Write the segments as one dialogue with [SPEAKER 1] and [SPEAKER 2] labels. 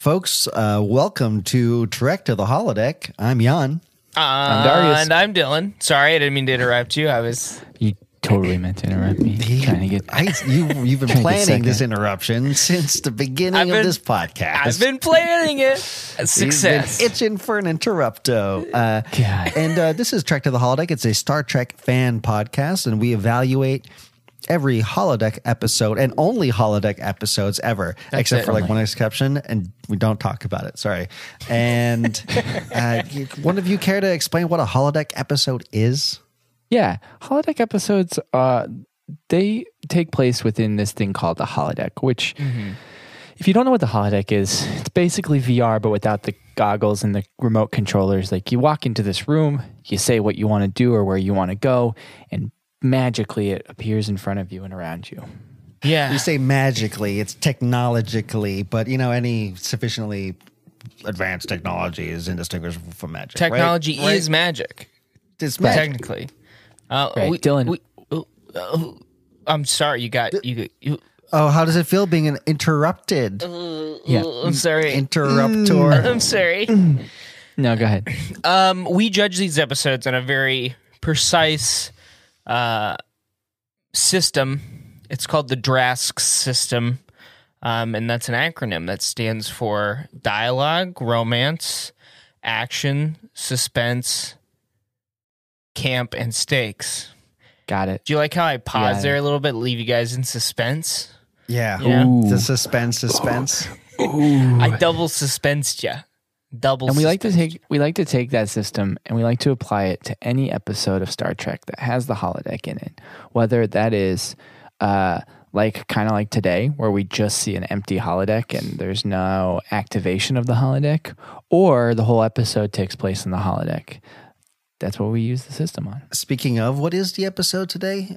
[SPEAKER 1] Folks, uh, welcome to Trek to the Holodeck. I'm Jan.
[SPEAKER 2] I'm
[SPEAKER 3] Darius.
[SPEAKER 2] And I'm Dylan. Sorry, I didn't mean to interrupt you. I was.
[SPEAKER 3] You totally meant to interrupt me. trying to get.
[SPEAKER 1] I, you, you've been
[SPEAKER 3] Trying to get
[SPEAKER 1] planning this
[SPEAKER 3] second.
[SPEAKER 1] interruption since the beginning
[SPEAKER 2] I've
[SPEAKER 1] of
[SPEAKER 2] been-
[SPEAKER 1] this podcast.
[SPEAKER 2] I've been planning it.
[SPEAKER 1] You've been
[SPEAKER 2] Success.
[SPEAKER 1] itching for an interrupto. Uh,
[SPEAKER 3] God.
[SPEAKER 1] and uh, this is Trek to the Holodeck. It's a Star Trek fan podcast, and we evaluate every holodeck episode and only holodeck episodes ever, except
[SPEAKER 2] it.
[SPEAKER 1] for like one exception, and we don't talk about it. Sorry. And uh, you- one of you care to explain what a holodeck episode is?
[SPEAKER 3] Yeah, holodeck episodes. Uh, they take place within this thing called the holodeck, which, if you don't know what the holodeck is, it's basically VR but without the goggles and the remote controllers. Like you walk into this room, you say what you want to do or where you want to go, and magically it appears in front of you and around you.
[SPEAKER 2] yeah.
[SPEAKER 1] You say magically, it's technologically, but you know, any sufficiently advanced technology is indistinguishable from magic. right?
[SPEAKER 2] Technology
[SPEAKER 1] Right?
[SPEAKER 2] is magic,
[SPEAKER 1] It's magic.
[SPEAKER 2] technically. Uh,
[SPEAKER 3] Right, Dylan.
[SPEAKER 2] oh, oh, I'm sorry. You got. You. got- you
[SPEAKER 1] Oh, how does it feel being an interrupted
[SPEAKER 3] Yeah.
[SPEAKER 2] oh, I'm sorry.
[SPEAKER 1] interruptor?
[SPEAKER 2] I'm sorry.
[SPEAKER 3] No, go ahead.
[SPEAKER 2] Um, we judge these episodes on a very precise uh, system. It's called the DRASC system, um, and that's an acronym that stands for dialogue, romance, action, suspense, camp, and stakes.
[SPEAKER 3] Got it.
[SPEAKER 2] Do you like how I paused
[SPEAKER 3] Yeah.
[SPEAKER 2] there a little bit, leave you guys in suspense?
[SPEAKER 1] Yeah.
[SPEAKER 2] Yeah.
[SPEAKER 3] Ooh.
[SPEAKER 1] The suspense, suspense.
[SPEAKER 2] I double suspensed you. Double.
[SPEAKER 3] and we like to
[SPEAKER 2] suspense-
[SPEAKER 3] take we like to take that system and we like to apply it to any episode of Star Trek that has the holodeck in it, whether that is uh, like kind of like today where we just see an empty holodeck and there's no activation of the holodeck, or the whole episode takes place in the holodeck. That's what we use the system on.
[SPEAKER 1] Speaking of, what is the episode today?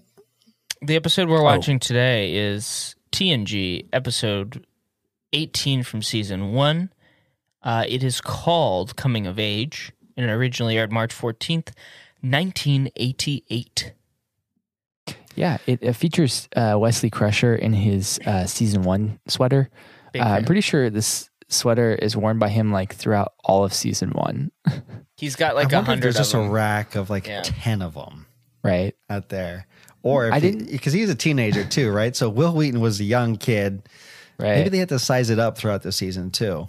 [SPEAKER 2] The episode
[SPEAKER 3] Oh.
[SPEAKER 2] we're watching today is TNG episode 18 from season 1. Uh, it is called Coming of Age and it originally aired March 14th, 1988.
[SPEAKER 3] Yeah, it, uh features uh, Wesley Crusher in his uh, season one sweater. Uh,
[SPEAKER 2] Big
[SPEAKER 3] I'm
[SPEAKER 2] fan.
[SPEAKER 3] pretty sure this sweater is worn by him like throughout all of season one,
[SPEAKER 2] He's got like
[SPEAKER 1] I
[SPEAKER 2] a
[SPEAKER 1] wonder if
[SPEAKER 2] hundred
[SPEAKER 1] There's
[SPEAKER 2] of
[SPEAKER 1] just a
[SPEAKER 2] them.
[SPEAKER 1] rack of like
[SPEAKER 2] Yeah.
[SPEAKER 1] 10 of them
[SPEAKER 3] right?
[SPEAKER 1] out there. Or if
[SPEAKER 3] I
[SPEAKER 1] I didn't,
[SPEAKER 3] didn't-
[SPEAKER 1] because he's a teenager too, right? So Will Wheaton was a young kid.
[SPEAKER 3] Right.
[SPEAKER 1] Maybe they had to size it up throughout the season too.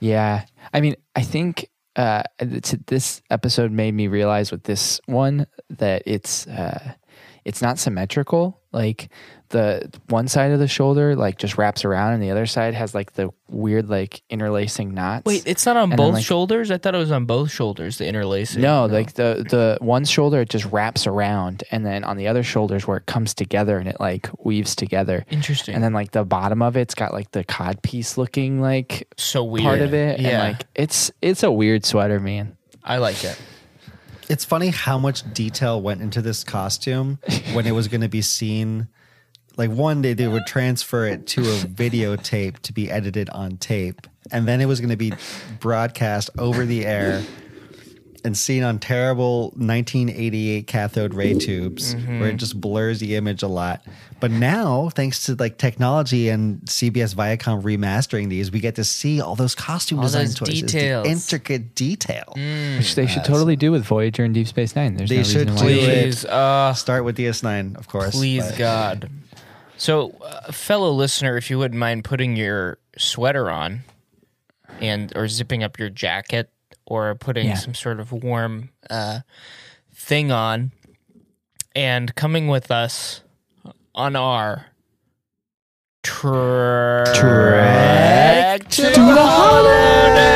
[SPEAKER 3] Yeah. I mean, I think uh, it's, this episode made me realize with this one that it's uh, it's not symmetrical. Like the one side of the shoulder like just wraps around, and the other side has like the weird like interlacing knots.
[SPEAKER 2] Wait, it's not on
[SPEAKER 3] And then,
[SPEAKER 2] both
[SPEAKER 3] like-
[SPEAKER 2] shoulders? I thought it was on both shoulders, the interlacing.
[SPEAKER 3] no, like the the one shoulder it just wraps around, and then on the other shoulder is where it comes together and it like weaves together.
[SPEAKER 2] Interesting.
[SPEAKER 3] And then like the bottom of it's got like the cod piece looking like
[SPEAKER 2] so weird.
[SPEAKER 3] part of it,
[SPEAKER 2] Yeah.
[SPEAKER 3] and like it's it's a weird sweater, man.
[SPEAKER 2] I like it.
[SPEAKER 1] It's funny how much detail went into this costume when it was going to be seen. Like one day they would transfer it to a videotape to be edited on tape, and then it was going to be broadcast over the air and seen on terrible 1988 cathode ray tubes where it just blurs the image a lot. But now, thanks to like technology and CBS Viacom remastering these, we get to see all those costume
[SPEAKER 2] All
[SPEAKER 1] design
[SPEAKER 2] those
[SPEAKER 1] choices,
[SPEAKER 2] details.
[SPEAKER 1] the intricate detail.
[SPEAKER 3] Which they should totally do with Voyager and Deep Space Nine. There's
[SPEAKER 1] They
[SPEAKER 3] no
[SPEAKER 1] should
[SPEAKER 3] reason why.
[SPEAKER 1] do it.
[SPEAKER 2] Please, uh,
[SPEAKER 1] Start with DS9, of course.
[SPEAKER 2] Please,
[SPEAKER 1] but-
[SPEAKER 2] God. So, uh, fellow listener, if you wouldn't mind putting your sweater on, and or zipping up your jacket, or putting
[SPEAKER 3] Yeah.
[SPEAKER 2] some sort of warm uh, thing on, and coming with us on our trek, to the holiday.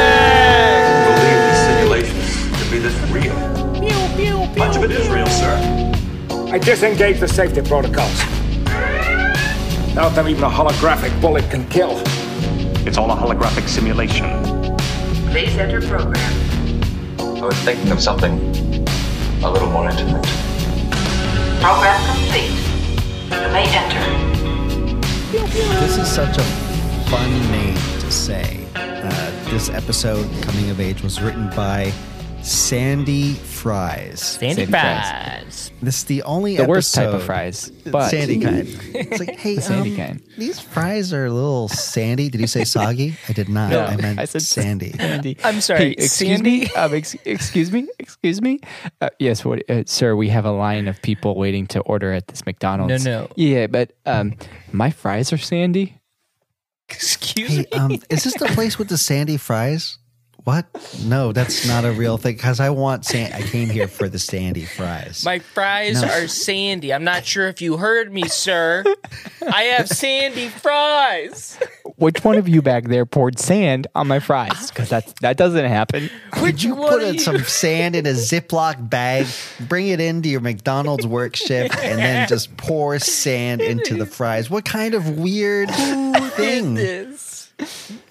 [SPEAKER 4] believe this simulation to be this real. Much of it is real, sir.
[SPEAKER 5] I disengage the safety protocols. Not that even a holographic bullet can kill.
[SPEAKER 6] It's all a holographic simulation.
[SPEAKER 7] Please enter program.
[SPEAKER 4] I was thinking of something a little more intimate.
[SPEAKER 7] Program complete. You may enter.
[SPEAKER 1] This is such a fun name to say. Uh, this episode, Coming of Age, was written by Sandy Fries.
[SPEAKER 2] Sandy,
[SPEAKER 3] Sandy fries.
[SPEAKER 2] fries.
[SPEAKER 1] This is the only
[SPEAKER 3] The worst type of
[SPEAKER 1] episode-
[SPEAKER 3] fries, but
[SPEAKER 1] sandy kind. It's like, hey,
[SPEAKER 3] sandy
[SPEAKER 1] um,
[SPEAKER 3] kind.
[SPEAKER 1] These fries are a little sandy. Did you say soggy? I did not.
[SPEAKER 3] No,
[SPEAKER 1] I meant sandy. um,
[SPEAKER 3] Sandy.
[SPEAKER 2] I'm sorry,
[SPEAKER 3] Hey, excuse me.
[SPEAKER 2] Sandy?
[SPEAKER 3] Um, ex- excuse me. Excuse me. Uh, yes, what, uh, sir? We have a line of people waiting to order at this McDonald's.
[SPEAKER 2] No, no.
[SPEAKER 3] Yeah, but um, my fries are sandy.
[SPEAKER 2] Excuse
[SPEAKER 1] Hey,
[SPEAKER 2] me.
[SPEAKER 1] um, is this the place with the sandy fries? What? No, that's not a real thing. Because I want sand. I came here for the sandy fries.
[SPEAKER 2] My fries
[SPEAKER 1] No.
[SPEAKER 2] are sandy. I'm not sure if you heard me, sir. I have sandy fries.
[SPEAKER 3] Which one of you back there poured sand on my
[SPEAKER 2] Ah.
[SPEAKER 3] fries? Because that's that doesn't happen.
[SPEAKER 2] Which
[SPEAKER 1] you
[SPEAKER 2] one
[SPEAKER 1] put
[SPEAKER 2] are
[SPEAKER 1] in
[SPEAKER 2] you?
[SPEAKER 1] some sand in a Ziploc bag, bring it into your McDonald's work shift, and then just pour sand into the fries. What kind of weird thing?
[SPEAKER 2] this?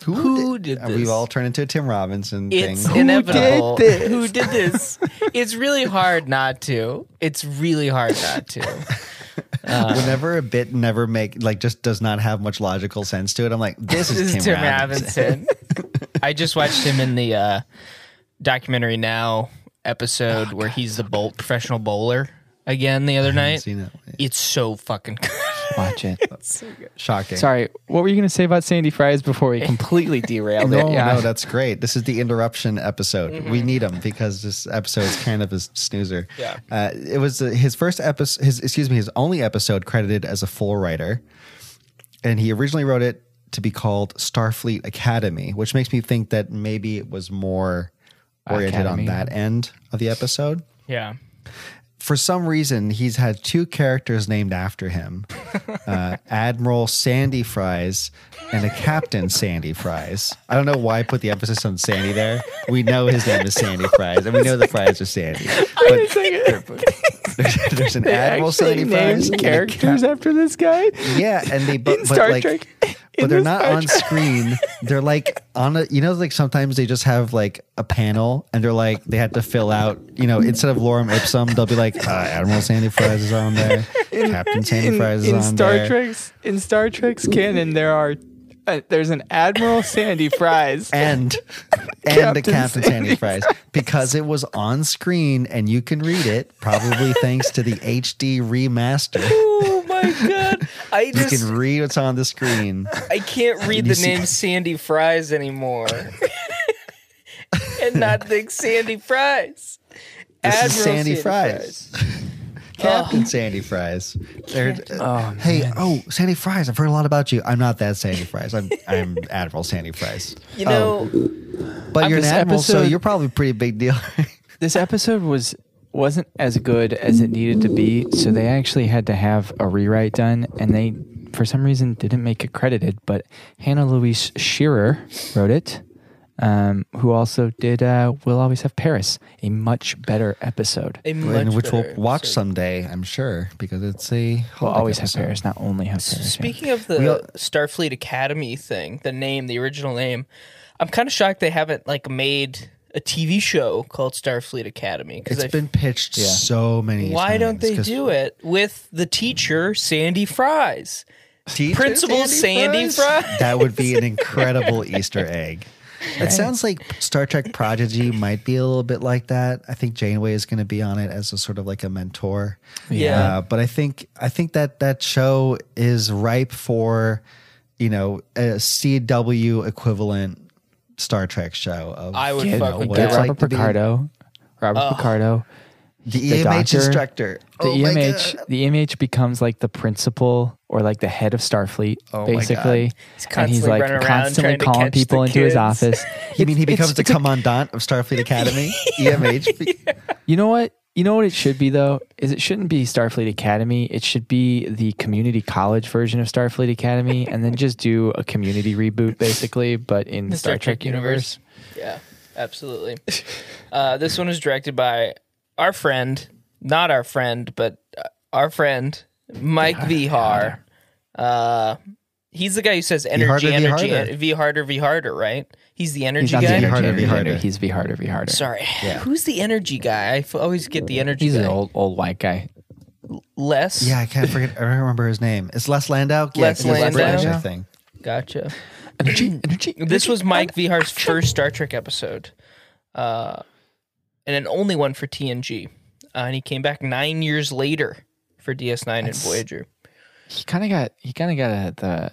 [SPEAKER 1] Who,
[SPEAKER 2] Hmm. Who did
[SPEAKER 1] Uh, We've
[SPEAKER 2] this?
[SPEAKER 1] all turned into a Tim Robinson
[SPEAKER 2] It's
[SPEAKER 1] thing.
[SPEAKER 2] inevitable.
[SPEAKER 3] did this?
[SPEAKER 2] Who did this? It's really hard not to. It's really hard not to.
[SPEAKER 1] Whenever a bit never make like just does not have much logical sense to it, I'm like, this
[SPEAKER 2] This
[SPEAKER 1] is Tim, Robinson.
[SPEAKER 2] I just watched him in the uh, documentary now episode where he's the bowl, professional bowler again the other night.
[SPEAKER 1] seen it.
[SPEAKER 2] It's so fucking good.
[SPEAKER 3] Watch it.
[SPEAKER 1] Shocking.
[SPEAKER 3] Sorry, what were you going to say about sandy fries before
[SPEAKER 2] Eh.
[SPEAKER 3] we completely derailed
[SPEAKER 1] No,
[SPEAKER 3] it? Yeah.
[SPEAKER 1] no, that's great. This is the interruption episode. We need him because this episode is kind of a snoozer.
[SPEAKER 2] Yeah.
[SPEAKER 1] uh, it was uh, his first episode. His excuse me, his only episode credited as a full writer, and he originally wrote it to be called Starfleet Academy, which makes me think that maybe it was more oriented
[SPEAKER 3] Academy.
[SPEAKER 1] on that end of the episode.
[SPEAKER 2] Yeah.
[SPEAKER 1] Uh,
[SPEAKER 3] Actually
[SPEAKER 1] Sandy Fries.
[SPEAKER 3] named
[SPEAKER 1] and a
[SPEAKER 3] characters after this guy.
[SPEAKER 1] Cap- yeah, and they but,
[SPEAKER 3] in
[SPEAKER 1] but
[SPEAKER 3] Star
[SPEAKER 1] like,
[SPEAKER 3] Trek.
[SPEAKER 1] but
[SPEAKER 3] In
[SPEAKER 1] they're
[SPEAKER 3] the
[SPEAKER 1] not
[SPEAKER 3] Star
[SPEAKER 1] on
[SPEAKER 3] Trek.
[SPEAKER 1] screen. They're like on a, you know, like sometimes they just have like a panel and they're like, they had to fill out, you know, instead of Lorem Ipsum, they'll be like, uh, Admiral Sandy Fries is on there, Captain Sandy
[SPEAKER 3] in,
[SPEAKER 1] Fries is
[SPEAKER 3] in
[SPEAKER 1] on
[SPEAKER 3] Star
[SPEAKER 1] there.
[SPEAKER 3] Trek's in Star Trek's canon there are uh, there's an Admiral Sandy Fries.
[SPEAKER 1] And and the
[SPEAKER 3] Captain
[SPEAKER 1] Captain Sandy Fries because it was on screen and you can read it probably thanks to the HD remaster.
[SPEAKER 2] Oh my god. I
[SPEAKER 1] You
[SPEAKER 2] just
[SPEAKER 1] can read what's on the screen.
[SPEAKER 2] I can't read
[SPEAKER 1] You
[SPEAKER 2] the
[SPEAKER 1] see-
[SPEAKER 2] name Sandy Fries anymore. and not think Sandy Fries.
[SPEAKER 1] This is Sandy Fries. Captain Sandy Fries. They're- hey, oh, Sandy Fries. I've heard a lot about you. I'm not that Sandy Fries. I'm I'm Admiral Sandy Fries.
[SPEAKER 2] You
[SPEAKER 1] Oh,
[SPEAKER 2] know,
[SPEAKER 1] but you're an
[SPEAKER 3] this
[SPEAKER 1] admiral, so
[SPEAKER 3] episode-
[SPEAKER 1] you're probably a pretty big deal.
[SPEAKER 3] This episode was wasn't as good as it needed to be, so they actually had to have a rewrite done, and they for some reason didn't make it credited, but Hannah Louise Shearer wrote it. Um, who also did uh, We'll Always Have Paris, a much better episode.
[SPEAKER 2] a much
[SPEAKER 1] and which we'll
[SPEAKER 2] better
[SPEAKER 1] watch
[SPEAKER 2] episode.
[SPEAKER 1] someday, I'm sure, because it's a
[SPEAKER 3] We'll
[SPEAKER 1] holiday
[SPEAKER 3] Always
[SPEAKER 1] episode.
[SPEAKER 3] Have Paris, not only Have Paris. yeah.
[SPEAKER 2] Speaking of the
[SPEAKER 1] We all-
[SPEAKER 2] Starfleet Academy thing, the name, the original name, I'm kind of shocked they haven't like made a TV show called Starfleet Academy
[SPEAKER 1] It's
[SPEAKER 2] I-
[SPEAKER 1] been pitched so many.
[SPEAKER 2] why don't
[SPEAKER 1] times,
[SPEAKER 2] they
[SPEAKER 1] 'cause
[SPEAKER 2] do it with the teacher Sandy Fries?
[SPEAKER 1] teacher
[SPEAKER 2] Principal Sandy Fries?
[SPEAKER 1] That would be an incredible Easter egg. It sounds like Star Trek Prodigy might be a little bit like that. I think Janeway is going to be on it as a sort of like a mentor.
[SPEAKER 2] Yeah.
[SPEAKER 1] Uh, but I think I think that that show is ripe for, you know, a CW equivalent Star Trek show. Of
[SPEAKER 2] I would
[SPEAKER 1] you know,
[SPEAKER 2] fucking
[SPEAKER 1] what
[SPEAKER 2] get
[SPEAKER 1] it's
[SPEAKER 2] it.
[SPEAKER 1] like
[SPEAKER 3] Robert
[SPEAKER 1] to be
[SPEAKER 3] Picardo. Robert Picardo.
[SPEAKER 1] the, EMH
[SPEAKER 3] the doctor,
[SPEAKER 1] instructor.
[SPEAKER 3] The E
[SPEAKER 1] Oh my
[SPEAKER 3] EMH.
[SPEAKER 1] God.
[SPEAKER 3] The EMH becomes like the principal or like the head of Starfleet,
[SPEAKER 1] my God.
[SPEAKER 3] basically.
[SPEAKER 2] He's
[SPEAKER 3] and he's
[SPEAKER 2] constantly
[SPEAKER 3] like
[SPEAKER 2] running around
[SPEAKER 3] constantly
[SPEAKER 2] trying to
[SPEAKER 3] calling
[SPEAKER 2] catch the
[SPEAKER 3] people into his
[SPEAKER 2] kids.
[SPEAKER 3] office.
[SPEAKER 1] You mean he becomes the
[SPEAKER 3] it's a-
[SPEAKER 1] commandant of Starfleet Academy? E EMH.
[SPEAKER 3] You know what? You know what it should be though is it shouldn't be Starfleet Academy. It should be the community college version of Starfleet Academy, and then just do a community reboot, basically, but in
[SPEAKER 2] The
[SPEAKER 3] Star, Trek, universe.
[SPEAKER 2] Yeah, absolutely. uh, this one is directed by our friend, not our friend, but uh, our friend Mike Vihar. Uh, he's the guy who says energy,
[SPEAKER 1] harder, V
[SPEAKER 2] energy,
[SPEAKER 1] harder.
[SPEAKER 2] en- V harder, V harder, right? He's the energy
[SPEAKER 3] He's not
[SPEAKER 2] guy.
[SPEAKER 3] the
[SPEAKER 1] V harder,
[SPEAKER 3] energy
[SPEAKER 1] V harder.
[SPEAKER 3] harder. He's V harder, V harder.
[SPEAKER 2] Sorry, who's the energy guy? I f- always get the energy.
[SPEAKER 3] He's
[SPEAKER 2] guy.
[SPEAKER 3] an old old white guy.
[SPEAKER 2] Les.
[SPEAKER 1] Yeah, I can't forget. I don't remember his name. It's Les Landau. Yeah,
[SPEAKER 2] Les
[SPEAKER 1] it's Les
[SPEAKER 2] Landau.
[SPEAKER 1] British, I think.
[SPEAKER 2] gotcha.
[SPEAKER 3] Energy, energy.
[SPEAKER 2] This was Mike Vihar's first Star Trek episode. Uh, and then only one for TNG. Uh, and he came back nine years later for DS9 and Voyager.
[SPEAKER 3] he kind of got he kind of got a, the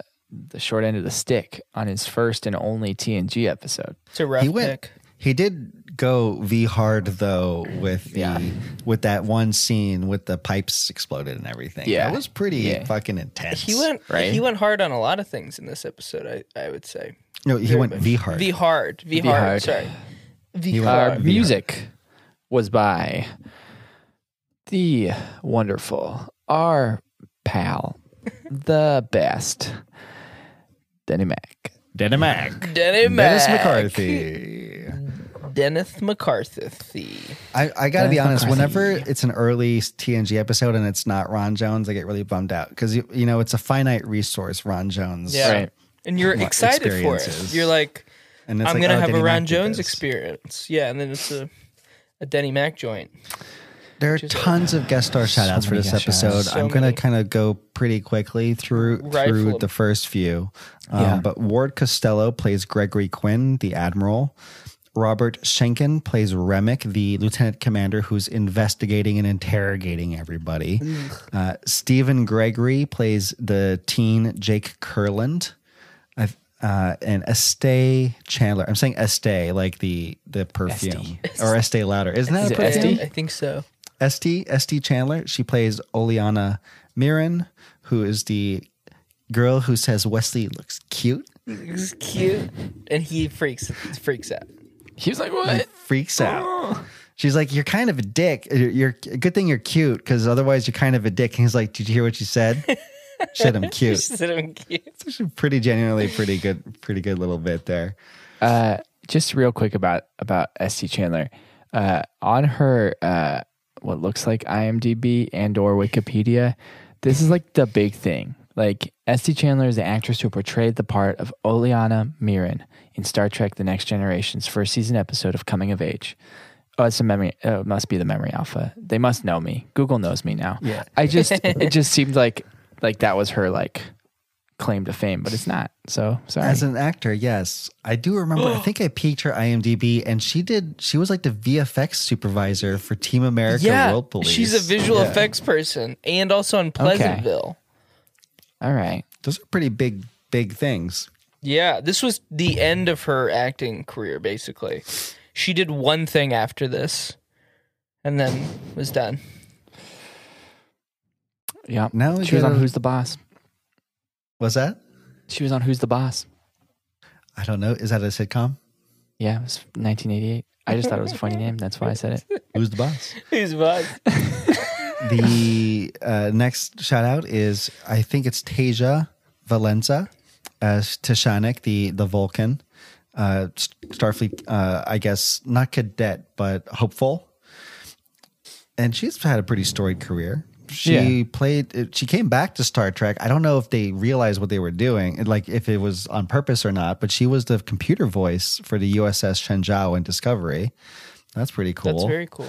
[SPEAKER 3] the short end of the stick on his first and only TNG episode.
[SPEAKER 2] It's a rough
[SPEAKER 1] he went.
[SPEAKER 2] pick.
[SPEAKER 1] He did go V hard though with the with that one scene with the pipes exploded and everything.
[SPEAKER 3] Yeah.
[SPEAKER 1] that was pretty
[SPEAKER 3] Yeah.
[SPEAKER 1] fucking intense.
[SPEAKER 2] He went
[SPEAKER 3] Right.
[SPEAKER 2] he went hard on a lot of things in this episode. I, I would say
[SPEAKER 1] No, he went V hard.
[SPEAKER 2] V hard, V
[SPEAKER 3] V
[SPEAKER 2] hard.
[SPEAKER 3] hard.
[SPEAKER 2] Sorry, V
[SPEAKER 1] Uh,
[SPEAKER 3] Our
[SPEAKER 2] hard.
[SPEAKER 3] music was by the wonderful our pal, the best, Denny Mac.
[SPEAKER 1] Dennis Mac.
[SPEAKER 2] Denny
[SPEAKER 1] Dennis
[SPEAKER 2] Mac.
[SPEAKER 1] McCarthy.
[SPEAKER 2] Dennis McCarthy.
[SPEAKER 1] I, I gotta be honest.
[SPEAKER 3] Dennis McCarthy.
[SPEAKER 1] Whenever it's an early TNG episode and it's not Ron Jones, I get really bummed out because you, you know it's a finite resource. Ron Jones,
[SPEAKER 2] Yeah.
[SPEAKER 3] Right.
[SPEAKER 2] And you're
[SPEAKER 1] What
[SPEAKER 2] excited for it.
[SPEAKER 1] experiences.
[SPEAKER 2] You're like,
[SPEAKER 1] And
[SPEAKER 2] I'm
[SPEAKER 1] like,
[SPEAKER 2] gonna
[SPEAKER 1] oh,
[SPEAKER 2] have
[SPEAKER 1] Denny
[SPEAKER 2] a
[SPEAKER 1] Mac
[SPEAKER 2] Ron
[SPEAKER 1] did
[SPEAKER 2] Jones
[SPEAKER 1] this.
[SPEAKER 2] experience. Yeah, and then it's a a Denny Mac joint.
[SPEAKER 1] There are tons of guest star shout outs for
[SPEAKER 3] many
[SPEAKER 1] this
[SPEAKER 3] guest shout-outs.
[SPEAKER 1] episode.
[SPEAKER 2] So
[SPEAKER 1] I'm going
[SPEAKER 2] many.
[SPEAKER 1] to kind of go pretty quickly through
[SPEAKER 2] Rifle
[SPEAKER 1] through
[SPEAKER 2] 'em.
[SPEAKER 1] the first few. Um,
[SPEAKER 3] Yeah.
[SPEAKER 1] But Ward Costello plays Gregory Quinn, the Admiral. Robert Schenken plays Remick, the lieutenant commander who's investigating and interrogating everybody. Uh, Stephen Gregory plays the teen Jake Kurland. I've- Uh, and Estee Chandler. I'm saying Estee, like the the perfume, or Estee Lauder. Isn't that
[SPEAKER 3] Is
[SPEAKER 1] a
[SPEAKER 3] it
[SPEAKER 1] perfume?
[SPEAKER 3] Estee?
[SPEAKER 2] I think so.
[SPEAKER 1] St. St. Chandler. She plays Oleana Mirren, who is the girl who says Wesley looks cute.
[SPEAKER 2] It's cute, and he freaks freaks out.
[SPEAKER 3] He was like,
[SPEAKER 2] Uh,
[SPEAKER 3] "What?"
[SPEAKER 1] Freaks
[SPEAKER 2] oh.
[SPEAKER 1] out. She's like, "You're kind of a dick. You're, you're good thing you're cute, because otherwise you're kind of a dick." And he's like, "Did you hear what she said? she said I'm cute."
[SPEAKER 2] She's so cute.
[SPEAKER 1] It's actually pretty genuinely pretty good, pretty good little bit there.
[SPEAKER 3] Uh, just real quick about about St. Chandler. Uh, on her uh, what looks like IMDb and or Wikipedia, this is like the big thing. Like St. Chandler is the actress who portrayed the part of Oleana Mirren in Star Trek: The Next Generation's first season episode of Coming of Age. Oh, it's a memory. Oh, it must be the memory alpha. They must know me. Google knows me now.
[SPEAKER 1] Yeah.
[SPEAKER 3] I just it just seemed like like that was her like claim to fame, but it's not. So sorry.
[SPEAKER 1] As an actor, yes, I do remember.
[SPEAKER 2] Oh.
[SPEAKER 1] I think I peeked her IMDb, and she did. She was like the VFX supervisor for Team America
[SPEAKER 2] Yeah,
[SPEAKER 1] World Police.
[SPEAKER 2] she's a visual effects person, and also in Pleasantville.
[SPEAKER 3] All right.
[SPEAKER 1] Those are pretty big, big things.
[SPEAKER 2] Yeah, this was the end of her acting career, basically. She did one thing after this, and then was done.
[SPEAKER 3] Yeah.
[SPEAKER 1] Now we
[SPEAKER 3] she was
[SPEAKER 1] get
[SPEAKER 3] on
[SPEAKER 1] a-
[SPEAKER 3] Who's the Boss.
[SPEAKER 1] Was that?
[SPEAKER 3] She was on Who's the Boss.
[SPEAKER 1] I don't know. Is that a sitcom?
[SPEAKER 3] Yeah, it was 1988. I just thought it was a funny name. That's why I said it.
[SPEAKER 1] Who's the boss?
[SPEAKER 2] Who's boss?
[SPEAKER 1] the uh, next shout out is I think it's Tasia Valenza as Tashanik, the the Vulcan, uh, S- Starfleet. Uh, I guess not cadet, but hopeful. And she's had a pretty storied career. She
[SPEAKER 3] Yeah.
[SPEAKER 1] played. uh, She came back to Star Trek. I don't know if they realized what they were doing, and, like if it was on purpose or not. But she was the computer voice for the USS Shenzhou in Discovery. That's pretty cool.
[SPEAKER 2] That's very cool.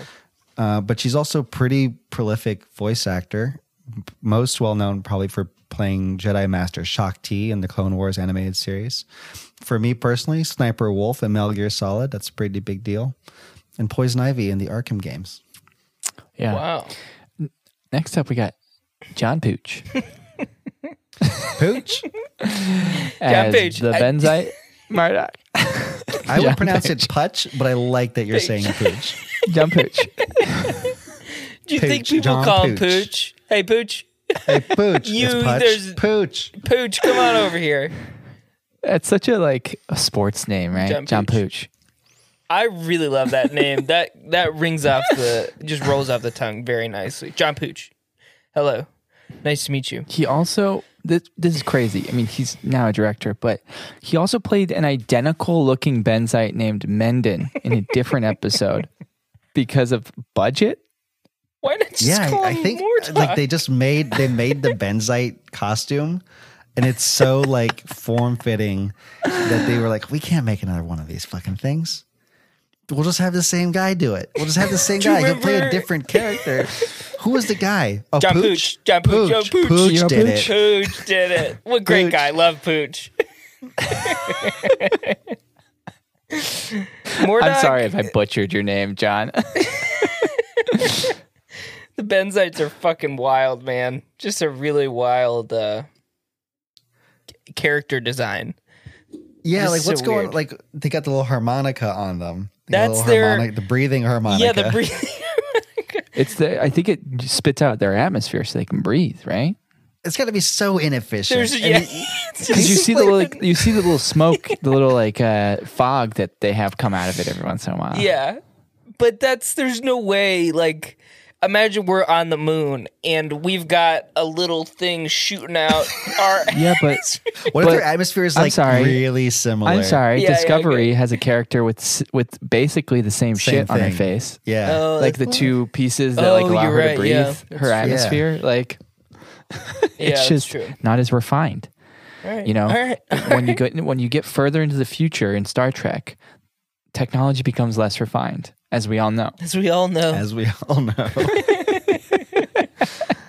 [SPEAKER 1] Uh, but she's also pretty prolific voice actor, m- most well known probably for playing Jedi Master Shakti in the Clone Wars animated series. For me personally, Sniper Wolf and Metal Gear Solid, that's a pretty big deal. And Poison Ivy in the Arkham games.
[SPEAKER 3] Yeah.
[SPEAKER 2] Wow.
[SPEAKER 3] Next up, we got John Pooch.
[SPEAKER 1] Pooch?
[SPEAKER 3] as
[SPEAKER 2] Pooch.
[SPEAKER 3] The
[SPEAKER 2] I-
[SPEAKER 3] Benzite Murdoch.
[SPEAKER 1] I
[SPEAKER 3] Yeah,
[SPEAKER 1] would pronounce it Putch, but I like that you're saying Pooch.
[SPEAKER 3] John Pooch.
[SPEAKER 2] Do you think
[SPEAKER 1] Pooch,
[SPEAKER 2] people
[SPEAKER 1] John
[SPEAKER 2] call him
[SPEAKER 1] Pooch.
[SPEAKER 2] Pooch? Hey, Pooch.
[SPEAKER 1] Hey, Pooch.
[SPEAKER 2] You-
[SPEAKER 1] it's Putch.
[SPEAKER 2] there's-
[SPEAKER 1] Pooch.
[SPEAKER 2] Pooch, come on over here.
[SPEAKER 3] That's such a like a sports name, right?
[SPEAKER 2] John
[SPEAKER 3] John,
[SPEAKER 2] Pooch.
[SPEAKER 3] Pooch.
[SPEAKER 2] I really love that name. that that rings off the just rolls off the tongue very nicely. John Pooch. Hello. Nice to meet you.
[SPEAKER 3] He also this this is crazy. I mean, he's now a director, but he also played an identical looking Benzite named Mendon in a different episode because of budget.
[SPEAKER 2] Why not just
[SPEAKER 1] yeah,
[SPEAKER 2] call
[SPEAKER 1] I, I
[SPEAKER 2] him
[SPEAKER 1] think uh,
[SPEAKER 2] Mordok?
[SPEAKER 1] like they just made they made the Benzite costume, and it's so like form fitting that they were like, we can't make another one of these fucking things. We'll just have the same guy do it. We'll just have the same
[SPEAKER 2] Do you
[SPEAKER 1] guy. He'll play a
[SPEAKER 2] remember-
[SPEAKER 1] different character. Who was the guy? Oh,
[SPEAKER 2] John Pooch. John Pooch. John Pooch.
[SPEAKER 1] Pooch
[SPEAKER 3] John
[SPEAKER 1] did
[SPEAKER 3] Pooch.
[SPEAKER 1] it.
[SPEAKER 2] Pooch did it. What great
[SPEAKER 1] Pooch.
[SPEAKER 2] guy. Love Pooch. Mordok,
[SPEAKER 3] I'm sorry if I butchered your name, John.
[SPEAKER 2] The Benzites are fucking wild, man. Just a really wild uh, c- character design.
[SPEAKER 1] Yeah,
[SPEAKER 2] It's
[SPEAKER 1] like
[SPEAKER 2] so
[SPEAKER 1] what's going?
[SPEAKER 2] weird.
[SPEAKER 1] Like they got the little harmonica on them. They got a
[SPEAKER 2] That's
[SPEAKER 1] little
[SPEAKER 2] their-
[SPEAKER 1] harmonic, the breathing harmonica.
[SPEAKER 2] Yeah, the breathing.
[SPEAKER 3] it's the I think it spits out their atmosphere so they can breathe, right?
[SPEAKER 1] it's got to be so inefficient.
[SPEAKER 2] There's
[SPEAKER 1] And
[SPEAKER 2] yeah.
[SPEAKER 1] it-
[SPEAKER 2] it's
[SPEAKER 3] Because you
[SPEAKER 2] just
[SPEAKER 3] see the
[SPEAKER 2] like-
[SPEAKER 3] little, you see the little smoke, the little like uh, fog that they have come out of it every once in a while.
[SPEAKER 2] yeah, but that's there's no way. Like, imagine we're on the moon and we've got a little thing shooting out our.
[SPEAKER 3] yeah, but
[SPEAKER 1] What if
[SPEAKER 3] But-
[SPEAKER 1] their atmosphere is
[SPEAKER 3] I'm
[SPEAKER 1] like
[SPEAKER 3] sorry.
[SPEAKER 1] really similar?
[SPEAKER 3] I'm sorry.
[SPEAKER 2] Yeah, yeah,
[SPEAKER 3] Discovery
[SPEAKER 2] okay.
[SPEAKER 3] has a character with s- with basically the same,
[SPEAKER 1] Same
[SPEAKER 3] shit on her
[SPEAKER 1] thing.
[SPEAKER 3] face,
[SPEAKER 1] Yeah.
[SPEAKER 2] Oh,
[SPEAKER 3] like the
[SPEAKER 2] that's-
[SPEAKER 3] two pieces that like
[SPEAKER 2] Oh,
[SPEAKER 3] allow
[SPEAKER 2] you're
[SPEAKER 3] her
[SPEAKER 2] right,
[SPEAKER 3] to breathe,
[SPEAKER 2] yeah.
[SPEAKER 3] her atmosphere. Like
[SPEAKER 2] yeah,
[SPEAKER 3] it's
[SPEAKER 2] that's
[SPEAKER 3] just
[SPEAKER 2] true.
[SPEAKER 3] not as refined.
[SPEAKER 2] All right,
[SPEAKER 3] You know,
[SPEAKER 2] all right.
[SPEAKER 3] when you get when you get further into the future in Star Trek, technology becomes less refined, as we all know.
[SPEAKER 2] as we all know.
[SPEAKER 1] As we all know.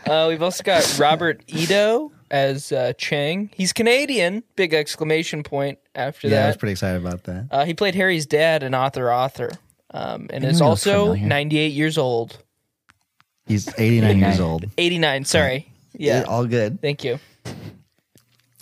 [SPEAKER 2] Uh, we've also got Robert Ito as uh, Chang. He's Canadian. Big exclamation point after
[SPEAKER 1] yeah, I was
[SPEAKER 2] that.
[SPEAKER 1] pretty excited about that.
[SPEAKER 2] uh, he played Harry's dad in Author Author, um, and
[SPEAKER 3] I
[SPEAKER 2] is
[SPEAKER 3] knew he looked
[SPEAKER 2] also
[SPEAKER 3] familiar.
[SPEAKER 2] 98 years old.
[SPEAKER 1] He's 89 years
[SPEAKER 3] 89.
[SPEAKER 1] old.
[SPEAKER 2] 89. Sorry. Yeah.
[SPEAKER 1] all good.
[SPEAKER 2] Thank you.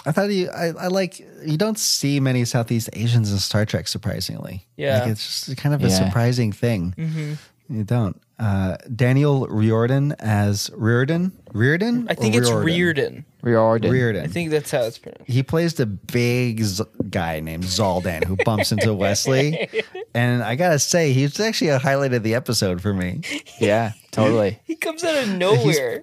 [SPEAKER 1] I thought you. I, I like. You don't see many Southeast Asians in Star Trek. Surprisingly,
[SPEAKER 2] Yeah. Mm-hmm.
[SPEAKER 1] like it's just kind of a
[SPEAKER 3] Yeah.
[SPEAKER 1] surprising thing. You don't. Uh, Daniel Riordan as Riordan. Riordan.
[SPEAKER 2] I
[SPEAKER 1] or
[SPEAKER 2] think it's Reardon.
[SPEAKER 3] Riordan.
[SPEAKER 1] Riordan.
[SPEAKER 2] I think that's how it's pronounced.
[SPEAKER 1] he plays the big Z- guy named Zaldan who bumps into Wesley. And I gotta say, he's actually a highlight of the episode for me.
[SPEAKER 3] Yeah, totally.
[SPEAKER 2] He comes out of nowhere.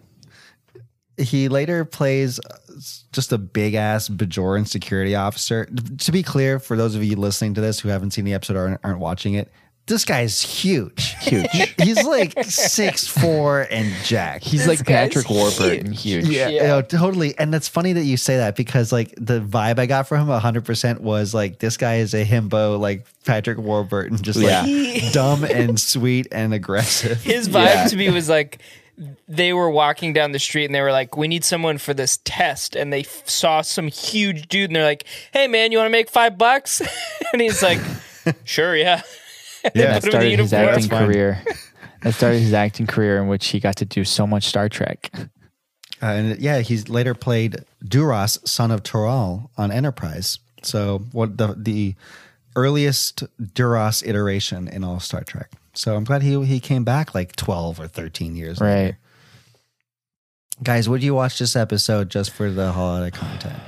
[SPEAKER 1] He later plays uh, s- just a big ass Bajoran security officer. To be clear, for those of you listening to this who haven't seen the episode or aren't- aren't watching it, this guy's huge.
[SPEAKER 3] Huge.
[SPEAKER 1] He's like six four and jack.
[SPEAKER 3] He's like
[SPEAKER 2] guy's
[SPEAKER 3] Patrick Warburton, huge.
[SPEAKER 1] Yeah,
[SPEAKER 2] Yeah.
[SPEAKER 1] you know, totally. And that's funny that you say that because like the vibe I got from him 100% was like this guy is a himbo like Patrick Warburton just
[SPEAKER 3] Yeah.
[SPEAKER 1] like dumb and sweet and aggressive.
[SPEAKER 2] His vibe to me was like they were walking down the street and they were like, "We need someone for this test," and they f- saw some huge dude and they're like, "Hey man, you want to make five bucks?" and he's like, "Sure, yeah."
[SPEAKER 1] yeah.
[SPEAKER 3] That started his
[SPEAKER 2] uniform.
[SPEAKER 3] acting
[SPEAKER 1] That's fine.
[SPEAKER 3] career. That started his acting career in which he got to do so much Star Trek.
[SPEAKER 1] Uh, and yeah, he's later played Duras, son of Toral on Enterprise. So what the the earliest Duras iteration in all Star Trek. So I'm glad he he came back like 12 or 13 years. later.
[SPEAKER 3] Right.
[SPEAKER 1] Guys, would you watch this episode just for the holiday content?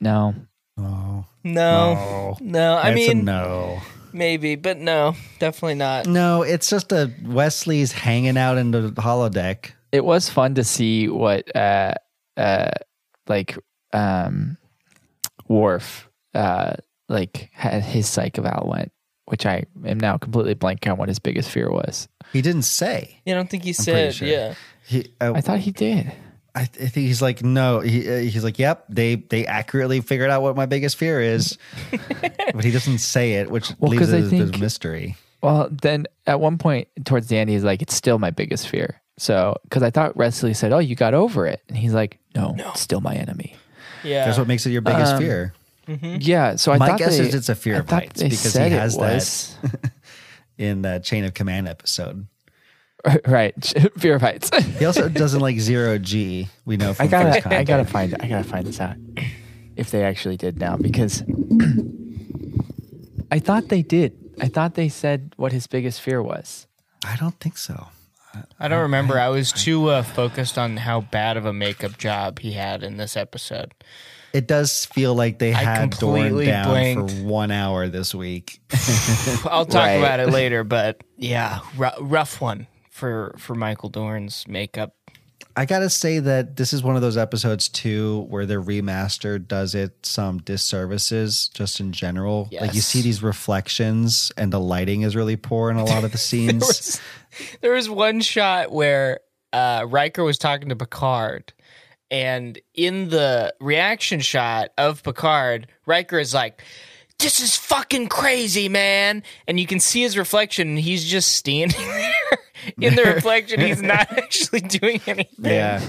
[SPEAKER 3] No.
[SPEAKER 1] Oh.
[SPEAKER 2] No, no.
[SPEAKER 1] That's
[SPEAKER 2] I
[SPEAKER 1] a
[SPEAKER 2] mean,
[SPEAKER 1] no. Mm.
[SPEAKER 2] maybe, but no, definitely not.
[SPEAKER 1] No, it's just a Wesley's hanging out in the holodeck.
[SPEAKER 3] It was fun to see what uh uh like um Worf uh like had his psych eval went, which I am now completely blank on what his biggest fear was.
[SPEAKER 1] He didn't say.
[SPEAKER 2] Yeah, I don't think he
[SPEAKER 1] pretty
[SPEAKER 2] said.
[SPEAKER 1] sure.
[SPEAKER 2] Yeah,
[SPEAKER 1] He, uh,
[SPEAKER 3] I thought he did.
[SPEAKER 1] I, th- I think he's like, no. He, uh, he's like, yep. They they accurately figured out what my biggest fear is, but he doesn't say it, which
[SPEAKER 3] Well,
[SPEAKER 1] leaves
[SPEAKER 3] 'cause
[SPEAKER 1] it
[SPEAKER 3] I
[SPEAKER 1] as a bit of
[SPEAKER 3] think-
[SPEAKER 1] mystery.
[SPEAKER 3] Well, then at one point towards the end, he's like, "It's still my biggest fear." So, because I thought Wesley said, "Oh, you got over it," and he's like, "No, it's still my enemy."
[SPEAKER 2] yeah.
[SPEAKER 1] That's what makes it your biggest fear.
[SPEAKER 3] Yeah. So um, I
[SPEAKER 1] My
[SPEAKER 3] thought
[SPEAKER 1] guess
[SPEAKER 3] they-
[SPEAKER 1] is it's a fear
[SPEAKER 3] I
[SPEAKER 1] of
[SPEAKER 3] thought
[SPEAKER 1] heights
[SPEAKER 3] they
[SPEAKER 1] because he
[SPEAKER 3] said it
[SPEAKER 1] has that.
[SPEAKER 3] was-
[SPEAKER 1] In that chain of command episode,
[SPEAKER 3] right fear of heights.
[SPEAKER 1] he also doesn't like zero G. We know from
[SPEAKER 3] I
[SPEAKER 1] first
[SPEAKER 3] gotta I
[SPEAKER 1] contact.
[SPEAKER 3] gotta find I gotta find this out if they actually did now because I thought they did. I thought they said what his biggest fear was.
[SPEAKER 1] I don't think so.
[SPEAKER 2] I don't remember. I was too uh, focused on how bad of a makeup job he had in this episode.
[SPEAKER 1] It does feel like they had Dorn
[SPEAKER 2] completely
[SPEAKER 1] down
[SPEAKER 2] blanked.
[SPEAKER 1] for one hour this week.
[SPEAKER 2] I'll talk
[SPEAKER 3] Right.
[SPEAKER 2] about it later, but yeah, r- rough one for for Michael Dorn's makeup.
[SPEAKER 1] I gotta say that this is one of those episodes too where the remaster does it some disservices just in general. Like you
[SPEAKER 2] Yes.
[SPEAKER 1] see these reflections and the lighting is really poor in a lot of the scenes.
[SPEAKER 2] There was one shot where uh, Riker was talking to Picard, and in the reaction shot of Picard, Riker is like, "This is fucking crazy, man!" And you can see his reflection. And he's just standing there in the reflection. He's not actually doing anything.
[SPEAKER 1] yeah.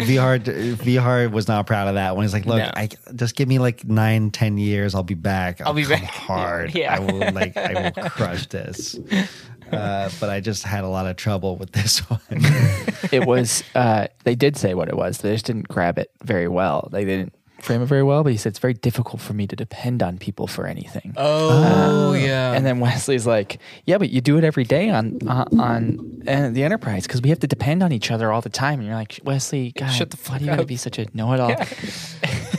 [SPEAKER 1] VR VR was not proud of that one. He's like, look,
[SPEAKER 2] No.
[SPEAKER 1] I just give me like nine, ten years, I'll be back. I'll,
[SPEAKER 2] be
[SPEAKER 1] come
[SPEAKER 2] back."
[SPEAKER 1] hard.
[SPEAKER 2] Yeah.
[SPEAKER 1] I will like I will crush this. Uh, but I just had a lot of trouble with this one.
[SPEAKER 3] it was uh, they did say what it was they just didn't grab it very well they didn't frame it very well but he said it's very difficult for me to depend on people for anything Um,
[SPEAKER 2] Oh, yeah.
[SPEAKER 3] and then wesley's like yeah but you do it every day on uh, on uh, the enterprise because we have to depend on each other all the time and you're like wesley God, shut the fuck why do you gotta be such a know-it-all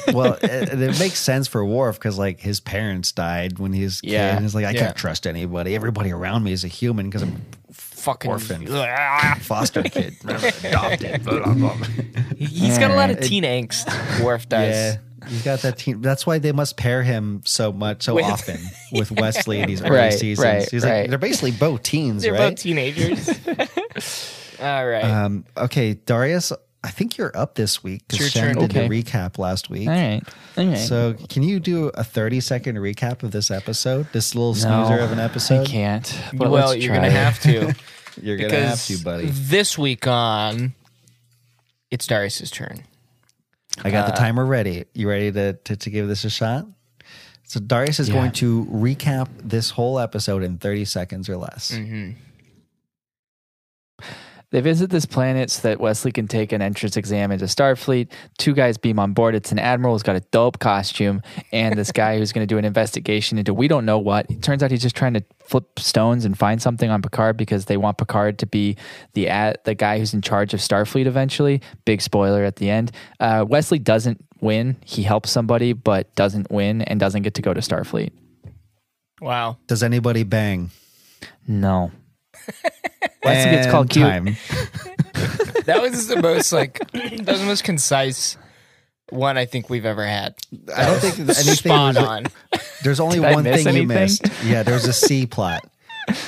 [SPEAKER 1] well, it, it makes sense for Worf because like his parents died when he's a
[SPEAKER 3] Yeah.
[SPEAKER 1] kid, and he's like, I
[SPEAKER 2] Yeah.
[SPEAKER 1] can't trust anybody. Everybody around me is a human because I'm
[SPEAKER 2] fucking
[SPEAKER 1] orphan.
[SPEAKER 3] Ah.
[SPEAKER 2] Ugh.
[SPEAKER 1] foster kid, adopted. Blah, blah, blah.
[SPEAKER 2] He's got a lot of teen angst. Worf does.
[SPEAKER 1] Yeah. He's got that team. That's why they must pair him so much, so
[SPEAKER 2] With-
[SPEAKER 1] often with Wesley in these early
[SPEAKER 3] Right,
[SPEAKER 1] seasons.
[SPEAKER 3] right,
[SPEAKER 1] He's
[SPEAKER 3] right.
[SPEAKER 1] like, they're basically both teens,
[SPEAKER 2] They're
[SPEAKER 1] right?
[SPEAKER 2] both teenagers. All right.
[SPEAKER 1] um, okay, Darius, I think you're up this week
[SPEAKER 2] your
[SPEAKER 1] because Shannon
[SPEAKER 2] turn.
[SPEAKER 1] did
[SPEAKER 3] Okay.
[SPEAKER 1] the recap last week.
[SPEAKER 3] all right all right
[SPEAKER 1] So, can you do a 30 second recap of this episode? This little
[SPEAKER 3] No,
[SPEAKER 1] snoozer of an episode?
[SPEAKER 3] i can't but
[SPEAKER 2] well,
[SPEAKER 3] let's
[SPEAKER 2] you're
[SPEAKER 3] try
[SPEAKER 2] gonna
[SPEAKER 3] it.
[SPEAKER 2] have to
[SPEAKER 1] You're going to have
[SPEAKER 2] because
[SPEAKER 1] to, buddy.
[SPEAKER 2] this week on, it's Darius's turn.
[SPEAKER 1] I got the timer ready. You ready to, to, to give this a shot? So, Darius is
[SPEAKER 3] Yeah.
[SPEAKER 1] going to recap this whole episode in 30 seconds or less.
[SPEAKER 3] They visit this planet so that Wesley can take an entrance exam into Starfleet. Two guys beam on board. It's an admiral who's got a dope costume, and this guy who's going to do an investigation into we don't know what. It turns out he's just trying to flip stones and find something on Picard because they want Picard to be the ad, the guy who's in charge of Starfleet eventually. Big spoiler at the end. Uh, Wesley doesn't win. He helps somebody, but doesn't win and doesn't get to go to Starfleet.
[SPEAKER 2] Wow.
[SPEAKER 1] Does anybody bang?
[SPEAKER 3] No. Wesley gets called cute.
[SPEAKER 2] That was the most like that was the most concise one I think we've ever had.
[SPEAKER 1] I don't think anything.
[SPEAKER 2] Spot
[SPEAKER 1] was-
[SPEAKER 2] on.
[SPEAKER 1] There's only
[SPEAKER 3] Did I
[SPEAKER 1] one
[SPEAKER 3] miss
[SPEAKER 1] thing
[SPEAKER 3] anything?
[SPEAKER 1] you missed. Yeah, there's a C plot.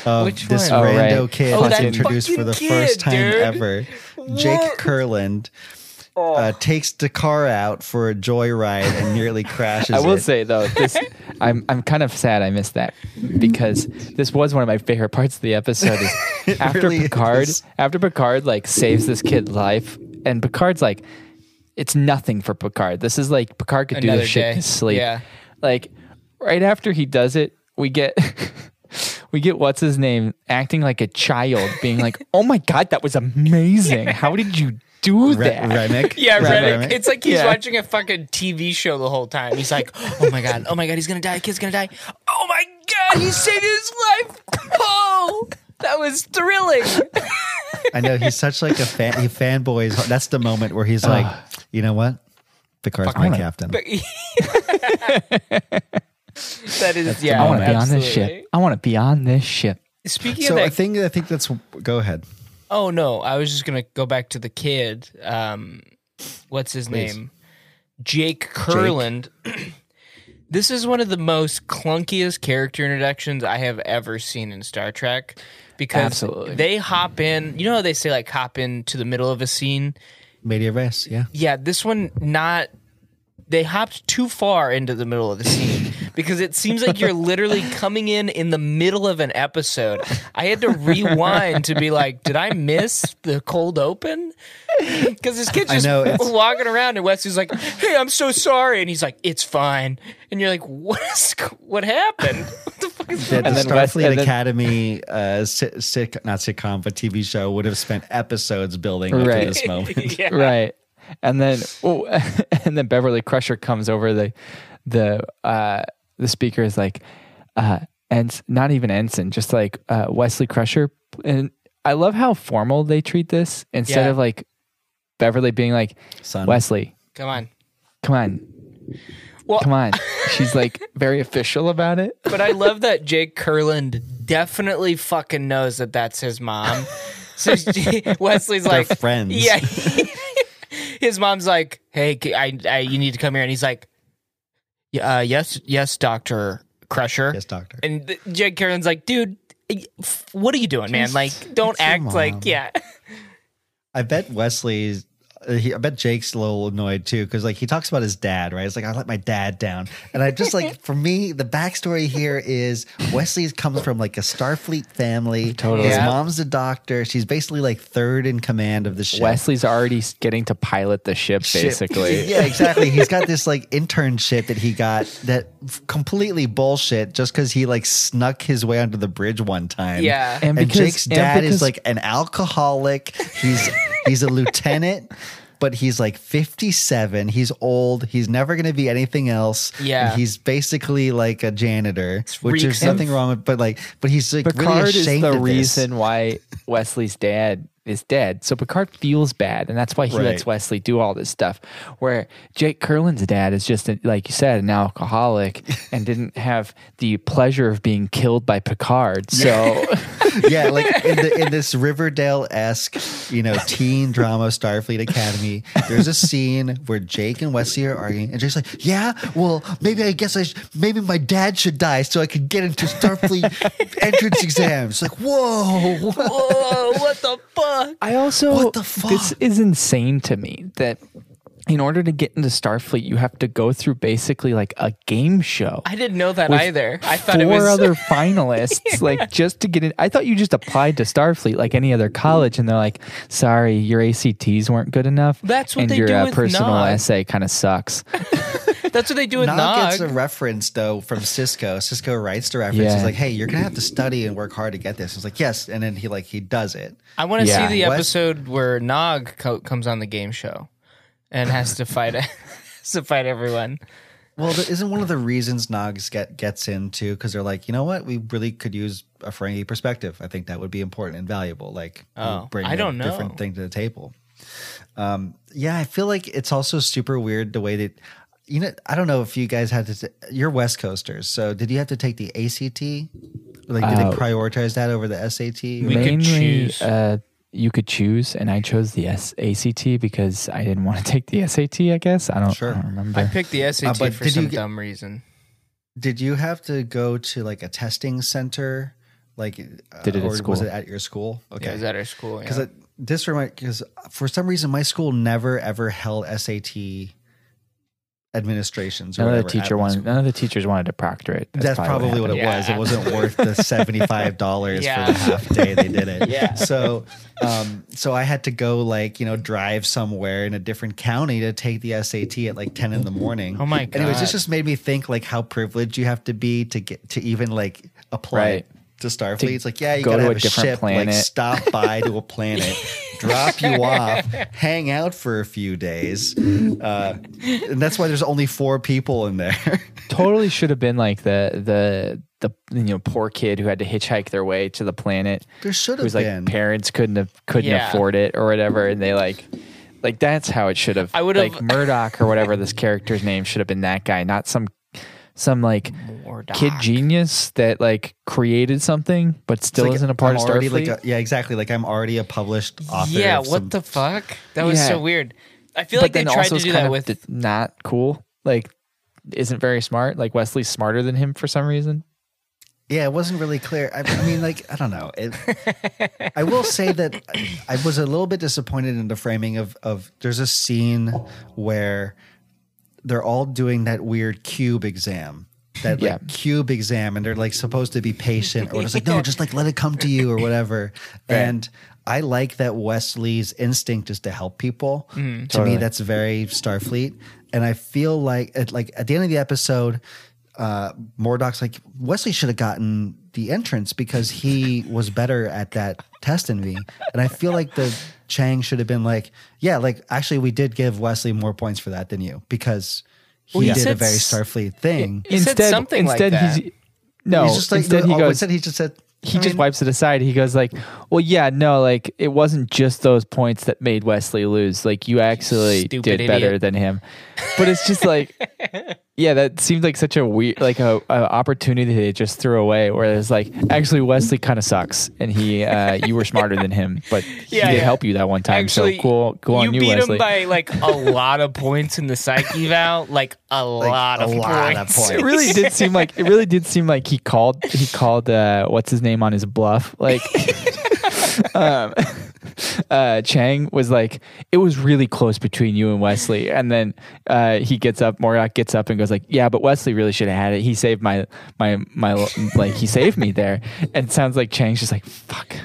[SPEAKER 1] Of
[SPEAKER 2] Which
[SPEAKER 1] this
[SPEAKER 2] one?
[SPEAKER 3] Oh, right.
[SPEAKER 1] rando kid
[SPEAKER 2] Oh,
[SPEAKER 1] that's
[SPEAKER 2] that
[SPEAKER 1] introduced for
[SPEAKER 2] fucking
[SPEAKER 1] the
[SPEAKER 2] kid,
[SPEAKER 1] first time
[SPEAKER 2] dude.
[SPEAKER 1] ever, Jake
[SPEAKER 2] What?
[SPEAKER 1] Kurland, uh, takes the car out for a joyride and nearly crashes.
[SPEAKER 3] I will
[SPEAKER 1] it.
[SPEAKER 3] say though, this I'm I'm kind of sad I missed that because this was one of my favorite parts of the episode. Is after
[SPEAKER 1] really
[SPEAKER 3] Picard,
[SPEAKER 1] is.
[SPEAKER 3] after Picard like saves this kid life, and Picard's like, it's nothing for Picard. This is like Picard could do
[SPEAKER 2] Another
[SPEAKER 3] this shit
[SPEAKER 2] day.
[SPEAKER 3] in his sleep.
[SPEAKER 2] Yeah.
[SPEAKER 3] Like right after he does it, we get. We get what's his name acting like a child, being like, "Oh my god, that was amazing! How did you do
[SPEAKER 1] Re-
[SPEAKER 3] that?"
[SPEAKER 1] Remick.
[SPEAKER 2] Yeah,
[SPEAKER 1] Is that
[SPEAKER 2] Remick. It's like he's
[SPEAKER 3] Yeah.
[SPEAKER 2] watching a fucking TV show the whole time. He's like, oh my god, oh my god, he's gonna die, kid's gonna die. Oh my god, he saved his life. Oh, that was thrilling.
[SPEAKER 1] I know he's such like a fan. He fanboys. That's the moment where he's like, you know what, the car's my captain.
[SPEAKER 2] But- that is, yeah.
[SPEAKER 3] I want to be on this
[SPEAKER 2] absolutely.
[SPEAKER 3] ship. I want to be on this ship.
[SPEAKER 2] Speaking
[SPEAKER 1] So
[SPEAKER 2] of that,
[SPEAKER 1] I think I think that's. Go ahead.
[SPEAKER 2] oh no, I was just gonna go back to the kid. Um, what's his name? Jake Curland. this is one of the most clunkiest character introductions I have ever seen in Star Trek because
[SPEAKER 3] Absolutely.
[SPEAKER 2] they hop in. You know how they say like hop in to the middle of a scene.
[SPEAKER 1] Media race. Yeah.
[SPEAKER 2] Yeah, this one not. They hopped too far into the middle of the scene because it seems like you're literally coming in in the middle of an episode. I had to rewind to be like, did I miss the cold open? Because this kid's
[SPEAKER 1] I
[SPEAKER 2] just
[SPEAKER 1] know, it's-
[SPEAKER 2] walking around, and Wesley's like, "Hey, I'm so sorry," and he's like, "It's fine," and you're like, "What is? What happened? What the fuck is?"
[SPEAKER 1] Yeah, the
[SPEAKER 3] And then Wes-
[SPEAKER 1] Starfleet
[SPEAKER 3] and then-
[SPEAKER 1] Academy, uh, sit, sit, not sitcom, but TV show would have spent episodes building up
[SPEAKER 3] Right.
[SPEAKER 1] to this moment.
[SPEAKER 2] Yeah.
[SPEAKER 3] right and then oh, and then beverly crusher comes over the the uh the speaker is like uh and not even ensign just like uh wesley crusher and i love how formal they treat this instead
[SPEAKER 2] Yeah.
[SPEAKER 3] of like beverly being like
[SPEAKER 1] Son.
[SPEAKER 3] wesley
[SPEAKER 2] Come on.
[SPEAKER 3] come on
[SPEAKER 2] Well-
[SPEAKER 3] come on she's like very official about it
[SPEAKER 2] But I love that Jake Kurland definitely fucking knows that that's his mom. So she- Wesley's
[SPEAKER 1] They're
[SPEAKER 2] like,
[SPEAKER 1] friends.
[SPEAKER 2] Yeah. his mom's like, hey, c- I, I- you need to come here. And he's like, "Y- uh, yes, yes, Dr. Crusher.
[SPEAKER 1] Yes, doctor.
[SPEAKER 2] And th- Jake Kurland's like, dude, y- f- what are you doing, man? Like, don't
[SPEAKER 1] your
[SPEAKER 2] act
[SPEAKER 1] mom.
[SPEAKER 2] like, yeah.
[SPEAKER 1] I bet Wesley uh, he, I bet Jake's a little annoyed too because like he talks about his dad, right? It's like I let my dad down, and I just like for me the backstory here is Wesley comes from like a Starfleet family.
[SPEAKER 3] Totally.
[SPEAKER 1] his
[SPEAKER 2] Yeah.
[SPEAKER 1] mom's a doctor. She's basically like third in command of the ship.
[SPEAKER 3] Wesley's already s- getting to pilot the ship,
[SPEAKER 1] ship.
[SPEAKER 3] basically.
[SPEAKER 1] yeah, exactly. He's got this like internship that he got that f- completely bullshit just because he like snuck his way under the bridge one time.
[SPEAKER 2] Yeah.
[SPEAKER 1] And,
[SPEAKER 3] And because-
[SPEAKER 1] Jake's
[SPEAKER 3] and
[SPEAKER 1] dad is
[SPEAKER 3] because-
[SPEAKER 1] like an alcoholic. He's he's a lieutenant. But he's like 57. He's old. He's never going to be anything else.
[SPEAKER 2] Yeah.
[SPEAKER 1] And he's basically like a janitor, which
[SPEAKER 2] reeks
[SPEAKER 1] is nothing wrong with. But like, but he's like
[SPEAKER 3] Picard
[SPEAKER 1] really
[SPEAKER 3] is
[SPEAKER 1] ashamed
[SPEAKER 3] the
[SPEAKER 1] of this.
[SPEAKER 3] reason why Wesley's dad is dead. So Picard feels bad, and that's why he lets
[SPEAKER 1] Right.
[SPEAKER 3] Wesley do all this stuff. Where Jake Curlin's dad is just, like you said, an alcoholic and didn't have the pleasure of being killed by Picard. So
[SPEAKER 1] yeah, like in, the, in this Riverdale esque, you know, teen drama Starfleet Academy, there's a scene where Jake and Wesley are arguing, and Jake's like, "Yeah, well, maybe I guess I sh- maybe my dad should die so I could get into Starfleet entrance exams." Like, whoa,
[SPEAKER 2] Whoa, Oh, what the fuck?
[SPEAKER 3] I also
[SPEAKER 1] What the fuck?
[SPEAKER 3] this is insane to me that in order to get into Starfleet, you have to go through basically like a game show.
[SPEAKER 2] I didn't know that
[SPEAKER 3] with
[SPEAKER 2] either. I thought it
[SPEAKER 3] four
[SPEAKER 2] was
[SPEAKER 3] other finalists, like just to get in. I thought you just applied to Starfleet like any other college, and they're like, "Sorry, your ACTs weren't good enough.
[SPEAKER 2] That's what
[SPEAKER 3] and
[SPEAKER 2] they
[SPEAKER 3] your
[SPEAKER 2] do
[SPEAKER 3] uh,
[SPEAKER 2] with
[SPEAKER 3] personal
[SPEAKER 2] Nog."
[SPEAKER 3] essay kind of sucks."
[SPEAKER 2] that's what they do with
[SPEAKER 1] Nog
[SPEAKER 2] Nog.
[SPEAKER 1] gets a reference though from Cisco. Cisco writes the reference.
[SPEAKER 3] Yeah.
[SPEAKER 1] He's like, "Hey, you're gonna have to study and work hard to get this." It's like, "Yes," and then he like he does it.
[SPEAKER 2] I want to
[SPEAKER 3] Yeah.
[SPEAKER 2] see the
[SPEAKER 1] What?
[SPEAKER 2] episode where Nog co- comes on the game show and has to fight has to fight everyone.
[SPEAKER 1] Well, that isn't one of the reasons Nogs get gets into because they're like, you know what, we really could use a Ferengi perspective. I think that would be important and valuable. Like, we
[SPEAKER 2] Oh,
[SPEAKER 1] bring
[SPEAKER 2] I
[SPEAKER 1] a
[SPEAKER 2] don't know.
[SPEAKER 1] different thing to the table. Um, yeah, I feel like it's also super weird the way that you know. I don't know if you guys had to. T- you're West Coasters, so did you have to take the ACT? Like, did
[SPEAKER 3] Uh,
[SPEAKER 1] they prioritize that over the SAT?
[SPEAKER 2] We could choose.
[SPEAKER 3] Uh, you could choose, and I chose the S- ACT because I didn't want to take the SAT. I guess I don't.
[SPEAKER 1] Sure.
[SPEAKER 3] I don't remember.
[SPEAKER 2] I picked the SAT
[SPEAKER 1] Uh, but
[SPEAKER 2] for
[SPEAKER 1] did you
[SPEAKER 2] some
[SPEAKER 1] get-
[SPEAKER 2] dumb reason.
[SPEAKER 1] Did you have to go to like a testing center? Like, did
[SPEAKER 3] Did it at
[SPEAKER 1] or was
[SPEAKER 3] school.
[SPEAKER 1] it at your school? Okay,
[SPEAKER 2] It was at our school.
[SPEAKER 1] because
[SPEAKER 2] Yeah.
[SPEAKER 1] this remind because for some reason my school never ever held SAT administrations. Or
[SPEAKER 3] None of
[SPEAKER 1] whatever
[SPEAKER 3] the
[SPEAKER 1] at
[SPEAKER 3] teacher
[SPEAKER 1] my
[SPEAKER 3] wanted.
[SPEAKER 1] school.
[SPEAKER 3] None of the teachers wanted to proctor it.
[SPEAKER 1] That's, probably what it
[SPEAKER 3] happened.
[SPEAKER 2] happened.
[SPEAKER 1] was.
[SPEAKER 2] Yeah.
[SPEAKER 1] It wasn't worth the seventy five dollars
[SPEAKER 2] Yeah.
[SPEAKER 1] for the half day they did it.
[SPEAKER 2] Yeah.
[SPEAKER 1] So, um, so I had to go like you know drive somewhere in a different county to take the SAT at like ten in the morning.
[SPEAKER 2] Oh my
[SPEAKER 1] Anyways, this
[SPEAKER 2] God.
[SPEAKER 1] just made me think like how privileged you have to be to get to even like apply.
[SPEAKER 3] Right.
[SPEAKER 1] To Starfleet, it's like yeah, you
[SPEAKER 3] go
[SPEAKER 1] gotta
[SPEAKER 3] to
[SPEAKER 1] have
[SPEAKER 3] a
[SPEAKER 1] a,
[SPEAKER 3] different
[SPEAKER 1] ship,
[SPEAKER 3] planet.
[SPEAKER 1] like stop by to a planet, drop you off, hang out for a few days, uh, and that's why there's only four people in there.
[SPEAKER 3] totally should have been like the the the you know poor kid who had to hitchhike their way to the planet.
[SPEAKER 1] There should have
[SPEAKER 3] Whose like
[SPEAKER 1] been.
[SPEAKER 3] parents couldn't have couldn't
[SPEAKER 2] Yeah.
[SPEAKER 3] afford it or whatever, and they like like that's how it should have.
[SPEAKER 2] I would have-
[SPEAKER 3] like Murdoch or whatever this character's name should have been that guy, not some some like kid
[SPEAKER 2] Murdoch.
[SPEAKER 3] genius that like created something but still
[SPEAKER 1] It's like,
[SPEAKER 3] isn't a part
[SPEAKER 1] I'm
[SPEAKER 3] of
[SPEAKER 1] already
[SPEAKER 3] Starfleet.
[SPEAKER 1] like a- yeah, exactly. Like I'm already a published author.
[SPEAKER 2] Yeah,
[SPEAKER 1] of
[SPEAKER 2] what
[SPEAKER 1] some-
[SPEAKER 2] the fuck? That was
[SPEAKER 3] Yeah.
[SPEAKER 2] so weird. I feel
[SPEAKER 3] but
[SPEAKER 2] like they
[SPEAKER 3] then
[SPEAKER 2] tried
[SPEAKER 3] also
[SPEAKER 2] to
[SPEAKER 3] is
[SPEAKER 2] do
[SPEAKER 3] kind
[SPEAKER 2] that
[SPEAKER 3] of
[SPEAKER 2] with
[SPEAKER 3] d- not cool. Like isn't very smart. Like Wesley's smarter than him for some reason.
[SPEAKER 1] Yeah, it wasn't really clear. I, I mean, like I don't know. It, I will say that I- I was a little bit disappointed in the framing of of. There's a scene where they're all doing that weird cube exam. That like
[SPEAKER 3] Yeah.
[SPEAKER 1] cube exam, and they're like supposed to be patient, or it's like no, just like let it come to you, or whatever. And I like that Wesley's instinct is to help people.
[SPEAKER 2] Mm-hmm.
[SPEAKER 1] to
[SPEAKER 3] Totally.
[SPEAKER 1] me, that's very Starfleet, and I feel like at like at the end of the episode, uh, Mordoc's like Wesley should have gotten the entrance because he was better at that test than me, and I feel like the Chang should have been like, yeah, like actually we did give Wesley more points for that than you because he
[SPEAKER 2] Well, he
[SPEAKER 1] did a
[SPEAKER 2] said
[SPEAKER 1] very
[SPEAKER 2] s-
[SPEAKER 1] Starfleet thing.
[SPEAKER 2] He said something like
[SPEAKER 3] instead
[SPEAKER 2] that.
[SPEAKER 3] he's no.
[SPEAKER 1] he's just like
[SPEAKER 3] instead he
[SPEAKER 1] oh,
[SPEAKER 3] goes.
[SPEAKER 1] instead he just said
[SPEAKER 3] he
[SPEAKER 1] I
[SPEAKER 3] just
[SPEAKER 1] mean,
[SPEAKER 3] wipes it aside. He goes like, "Well, yeah, no, like it wasn't just those points that made Wesley lose. Like you actually
[SPEAKER 2] Stupid
[SPEAKER 3] did
[SPEAKER 2] idiot.
[SPEAKER 3] better than him." But it's just like, yeah, that seemed like such a weird, like a, a opportunity they just threw away. Where it's like, actually, Wesley kind of sucks, and he, uh, you were smarter than him, but
[SPEAKER 2] Yeah,
[SPEAKER 3] he did
[SPEAKER 2] yeah.
[SPEAKER 3] help you that one time.
[SPEAKER 2] actually
[SPEAKER 3] so cool, cool
[SPEAKER 2] you
[SPEAKER 3] on you,
[SPEAKER 2] beat
[SPEAKER 3] Wesley.
[SPEAKER 2] him by like a lot of points in the psyche val, like a lot
[SPEAKER 1] a
[SPEAKER 2] of
[SPEAKER 1] lot of
[SPEAKER 2] points.
[SPEAKER 1] points.
[SPEAKER 3] it really did seem like it really did seem like he called he called uh what's his name on his bluff like um uh, Chang was like, it was really close between you and Wesley. And then uh, he gets up, Moriarty gets up and goes like, yeah, but Wesley really should have had it. He saved my, my, my, like he saved me there. And it sounds like Chang's just like, fuck,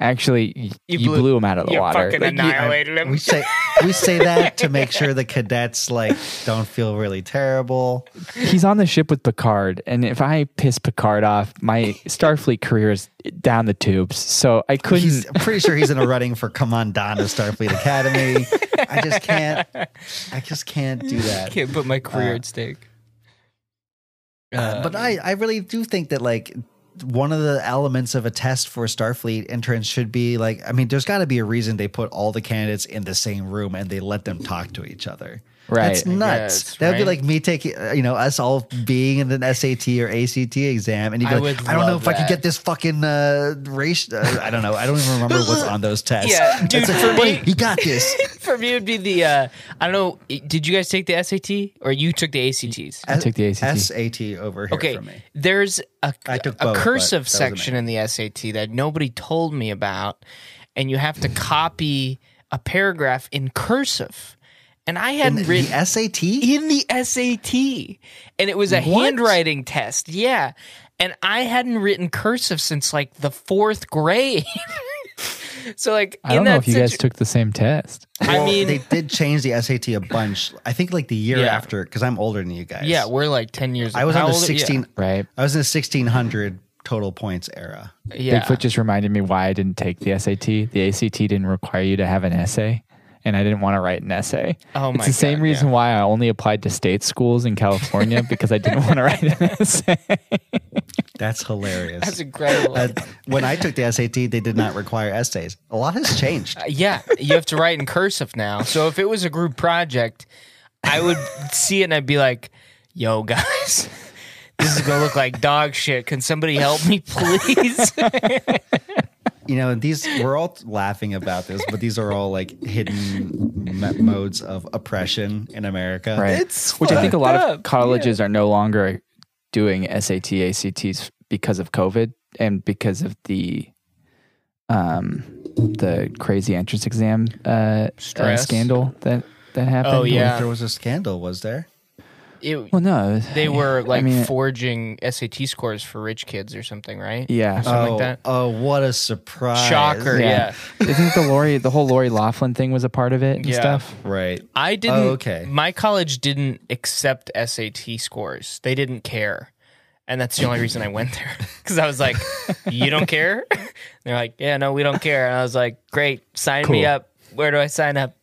[SPEAKER 3] actually, y- you, blew, him out of the
[SPEAKER 2] you
[SPEAKER 3] water.
[SPEAKER 2] fucking
[SPEAKER 3] Like, you- uh,
[SPEAKER 2] annihilated him.
[SPEAKER 1] We say we say that to make sure the cadets like don't feel really terrible.
[SPEAKER 3] he's on the ship with Picard, and if I piss Picard off, my Starfleet career is down the tubes. So I couldn't.
[SPEAKER 1] He's I'm pretty sure he's in a running for commandant of Starfleet Academy. I just can't. I just can't do that.
[SPEAKER 2] Can't put my career at stake.
[SPEAKER 1] Uh, but I, I really do think that like one of the elements of a test for Starfleet entrance should be like I mean there's got to be a reason they put all the candidates in the same room and they let them talk to each other.
[SPEAKER 3] Right,
[SPEAKER 1] That's
[SPEAKER 3] I
[SPEAKER 1] nuts.
[SPEAKER 2] guess,
[SPEAKER 1] that would be
[SPEAKER 2] right?
[SPEAKER 1] like me taking, uh, you know, us all being in an SAT or ACT exam, and you
[SPEAKER 2] I
[SPEAKER 1] go,
[SPEAKER 2] would
[SPEAKER 1] I, don't know
[SPEAKER 2] love
[SPEAKER 1] if I could
[SPEAKER 2] that.
[SPEAKER 1] get this fucking uh, race. Uh, I don't know. I don't even remember what's on those tests.
[SPEAKER 2] Yeah, dude,
[SPEAKER 1] It's like,
[SPEAKER 2] for me-
[SPEAKER 1] "Buddy, you got this.
[SPEAKER 2] For me, it'd be the uh, I don't know. Did you guys take the SAT or you took the ACTs?
[SPEAKER 1] I
[SPEAKER 3] took the ACT.
[SPEAKER 1] SAT over here
[SPEAKER 2] Okay,
[SPEAKER 1] for me.
[SPEAKER 2] there's a,
[SPEAKER 1] I took both,
[SPEAKER 2] a
[SPEAKER 1] but that
[SPEAKER 2] cursive
[SPEAKER 1] was
[SPEAKER 2] section in the SAT that nobody told me about, and you have to copy a paragraph in cursive. And I had
[SPEAKER 1] The
[SPEAKER 2] written
[SPEAKER 1] SAT.
[SPEAKER 2] in the SAT, and it was a
[SPEAKER 1] What?
[SPEAKER 2] handwriting test. Yeah, and I hadn't written cursive since like the fourth grade. so like,
[SPEAKER 3] I
[SPEAKER 2] in
[SPEAKER 3] don't know
[SPEAKER 2] that
[SPEAKER 3] if you guys
[SPEAKER 2] situ-
[SPEAKER 3] took the same test.
[SPEAKER 2] I
[SPEAKER 1] Well,
[SPEAKER 2] mean,
[SPEAKER 1] they did change the SAT a bunch. I think like the year
[SPEAKER 2] Yeah.
[SPEAKER 1] after, because I'm older than you guys.
[SPEAKER 2] yeah, we're like ten years.
[SPEAKER 1] I was
[SPEAKER 2] how
[SPEAKER 1] on the
[SPEAKER 2] old are- yeah.
[SPEAKER 1] sixteen.
[SPEAKER 3] Right.
[SPEAKER 1] I was in the sixteen hundred total points era.
[SPEAKER 2] Yeah.
[SPEAKER 3] Bigfoot just reminded me why I didn't take the SAT. The ACT didn't require you to have an essay, and I didn't want to write an essay.
[SPEAKER 2] Oh
[SPEAKER 3] it's
[SPEAKER 2] my
[SPEAKER 3] the same
[SPEAKER 2] God,
[SPEAKER 3] reason why I only applied to state schools in California because I didn't want to write an essay.
[SPEAKER 1] That's hilarious.
[SPEAKER 2] That's incredible.
[SPEAKER 1] Uh, when I took the SAT, they did not require essays. A lot has changed.
[SPEAKER 2] yeah, you have to write in cursive now. So if it was a group project, I would see it and I'd be like, "Yo, guys, this is gonna look like dog shit. Can somebody help me, please?"
[SPEAKER 1] You know, and these we're all laughing about this, but these are all like hidden me- modes of oppression in America.
[SPEAKER 3] right.
[SPEAKER 2] It's
[SPEAKER 3] Which I think a lot
[SPEAKER 2] fucked
[SPEAKER 3] of
[SPEAKER 2] up,
[SPEAKER 3] colleges are no longer doing SAT, ACTs because of COVID and because of the um the crazy entrance exam uh, uh,
[SPEAKER 2] Stress.
[SPEAKER 3] scandal that that happened.
[SPEAKER 2] Oh, yeah.
[SPEAKER 1] There was a scandal, was there?
[SPEAKER 2] It-
[SPEAKER 3] Well, no, it was-
[SPEAKER 2] they were like
[SPEAKER 3] mean-
[SPEAKER 2] forging SAT scores for rich kids or something, right?
[SPEAKER 3] Yeah.
[SPEAKER 2] Or something
[SPEAKER 1] oh,
[SPEAKER 2] like that.
[SPEAKER 1] oh, what a surprise!
[SPEAKER 2] Shocker. Yeah.
[SPEAKER 3] Isn't the Lori the whole Lori Laughlin thing was a part of it and
[SPEAKER 2] Yeah.
[SPEAKER 3] stuff?
[SPEAKER 1] Right.
[SPEAKER 2] I didn't.
[SPEAKER 1] Oh, okay.
[SPEAKER 2] My college didn't accept SAT scores. They didn't care, and that's the only reason I went there because I was like, "You don't care?" And they're like, "Yeah, no, we don't care." And I was like, "Great, sign me
[SPEAKER 3] Cool.
[SPEAKER 2] up. Where do I sign up?"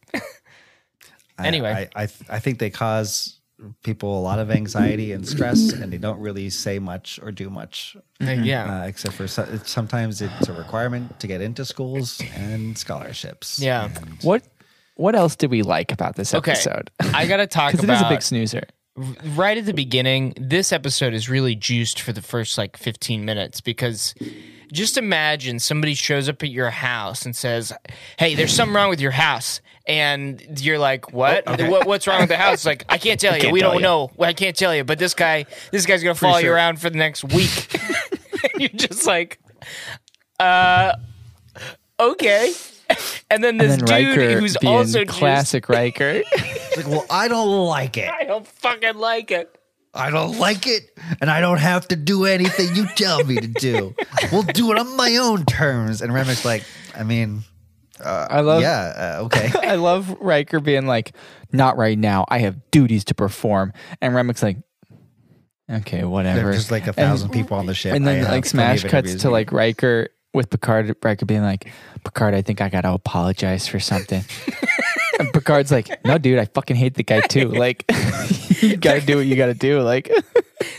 [SPEAKER 1] I-
[SPEAKER 2] Anyway.
[SPEAKER 1] I, I I think they cause people a lot of anxiety and stress, and they don't really say much or do much,
[SPEAKER 2] yeah,
[SPEAKER 1] uh, except for so, sometimes it's a requirement to get into schools and scholarships.
[SPEAKER 2] yeah.
[SPEAKER 3] What what else did we like about this
[SPEAKER 2] Okay,
[SPEAKER 3] episode?
[SPEAKER 2] I gotta talk
[SPEAKER 3] Because
[SPEAKER 2] about
[SPEAKER 3] it is a big snoozer.
[SPEAKER 2] right at the beginning, this episode is really juiced for the first like 15 minutes because just imagine somebody shows up at your house and says, Hey, there's something wrong with your house. And you're like, what? what? What's wrong with the house? Like, I can't tell you. we don't know. Well, I can't tell you. But this guy, this guy's gonna follow you around for the next week. and you're just like, uh, okay. And then this
[SPEAKER 3] And then
[SPEAKER 2] dude
[SPEAKER 3] Riker
[SPEAKER 2] who's
[SPEAKER 3] being
[SPEAKER 2] also classic.
[SPEAKER 3] classic Riker.
[SPEAKER 1] It's like, well, I don't like it.
[SPEAKER 2] I don't fucking like it.
[SPEAKER 1] I don't like it, and I don't have to do anything you tell me to do. We'll do it on my own terms. And Remick's like, I mean,
[SPEAKER 3] I love
[SPEAKER 1] yeah, uh, okay.
[SPEAKER 3] I love Riker being like, not right now. I have duties to perform. And Remick's like, okay, whatever.
[SPEAKER 1] There's like a thousand people on the ship.
[SPEAKER 3] and
[SPEAKER 1] I
[SPEAKER 3] then
[SPEAKER 1] have
[SPEAKER 3] like
[SPEAKER 1] plenty
[SPEAKER 3] smash
[SPEAKER 1] of
[SPEAKER 3] cuts
[SPEAKER 1] interviews.
[SPEAKER 3] to like Riker with Picard. Riker being like, Picard, I think I gotta apologize for something. and Picard's like, no, dude, I fucking hate the guy too. Like, you gotta do what you gotta do. Like,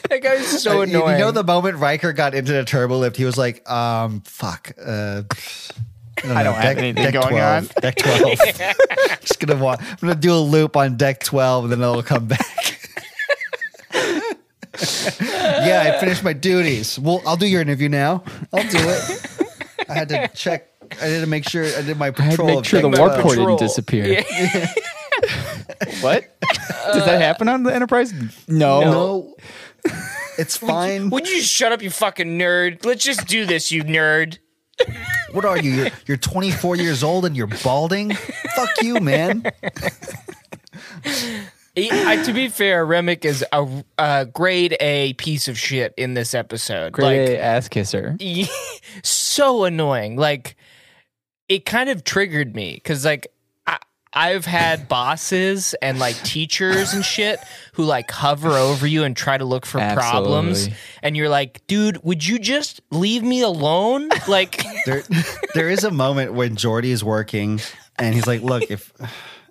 [SPEAKER 2] That guy's so
[SPEAKER 1] Uh, You-
[SPEAKER 2] annoying.
[SPEAKER 1] You know the moment Riker got into the turbo lift, he was like, um, fuck. Uh, I don't, know,
[SPEAKER 3] have anything going
[SPEAKER 1] 12,
[SPEAKER 3] on.
[SPEAKER 1] Deck 12. Just gonna walk. I'm gonna do a loop on deck 12 and then it'll come back. yeah, I finished my duties. Well, I'll do your interview now. I'll do it. I had to check. I had to make sure I did my
[SPEAKER 3] I had to
[SPEAKER 1] patrol.
[SPEAKER 3] make
[SPEAKER 1] of
[SPEAKER 3] sure the
[SPEAKER 1] deck
[SPEAKER 3] warp
[SPEAKER 1] 12.
[SPEAKER 3] core didn't
[SPEAKER 2] Patrol.
[SPEAKER 3] disappear. what? Does that happen on the Enterprise? No.
[SPEAKER 1] Oh, No, it's fine.
[SPEAKER 2] Would you shut up, you fucking nerd? Let's just do this, you nerd.
[SPEAKER 1] What are you? You're, you're 24 years old and you're balding? Fuck you, man.
[SPEAKER 2] He- I, to be fair, Remick is a, a grade A piece of shit in this episode.
[SPEAKER 3] Great
[SPEAKER 2] Like,
[SPEAKER 3] ass kisser.
[SPEAKER 2] so annoying. Like it kind of triggered me because like I, I've had bosses and like teachers and shit who like hover over you and try to look for problems,
[SPEAKER 3] Absolutely.
[SPEAKER 2] and you're like, dude, would you just leave me alone? Like,
[SPEAKER 1] There, there is a moment when Jordy is working and he's like, look, if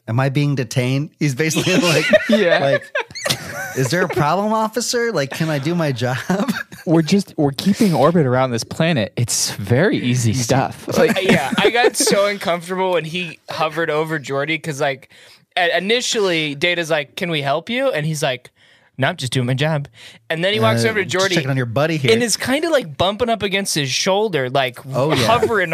[SPEAKER 1] am I being detained? He's basically like,
[SPEAKER 3] Yeah.
[SPEAKER 1] like, is there a problem, officer? Like, can I do my job?
[SPEAKER 3] we're just we're keeping orbit around this planet. It's very easy stuff. Like
[SPEAKER 2] yeah, I got so uncomfortable when he hovered over Jordy because, like, a- initially Data's like, "Can we help you?" and he's like, "No, I'm just doing my job." And then he walks
[SPEAKER 1] Uh,
[SPEAKER 2] over to
[SPEAKER 1] just
[SPEAKER 2] Jordy
[SPEAKER 1] Checking on your buddy here.
[SPEAKER 2] and is kind of like bumping up against his shoulder, like
[SPEAKER 1] Oh, yeah.
[SPEAKER 2] hovering.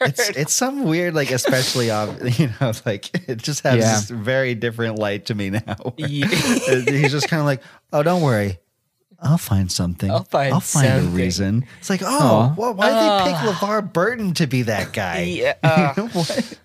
[SPEAKER 1] it's, it's some weird, like, especially, um, you know, like, it just has
[SPEAKER 3] Yeah.
[SPEAKER 1] this very different light to me now. where
[SPEAKER 2] Yeah.
[SPEAKER 1] he's just kind of like, oh, don't worry. I'll find something.
[SPEAKER 2] I'll find something." Ah.
[SPEAKER 1] a reason. It's like, oh, wha- why did they pick LeVar Burton to be that guy?
[SPEAKER 2] Yeah, uh,
[SPEAKER 1] What?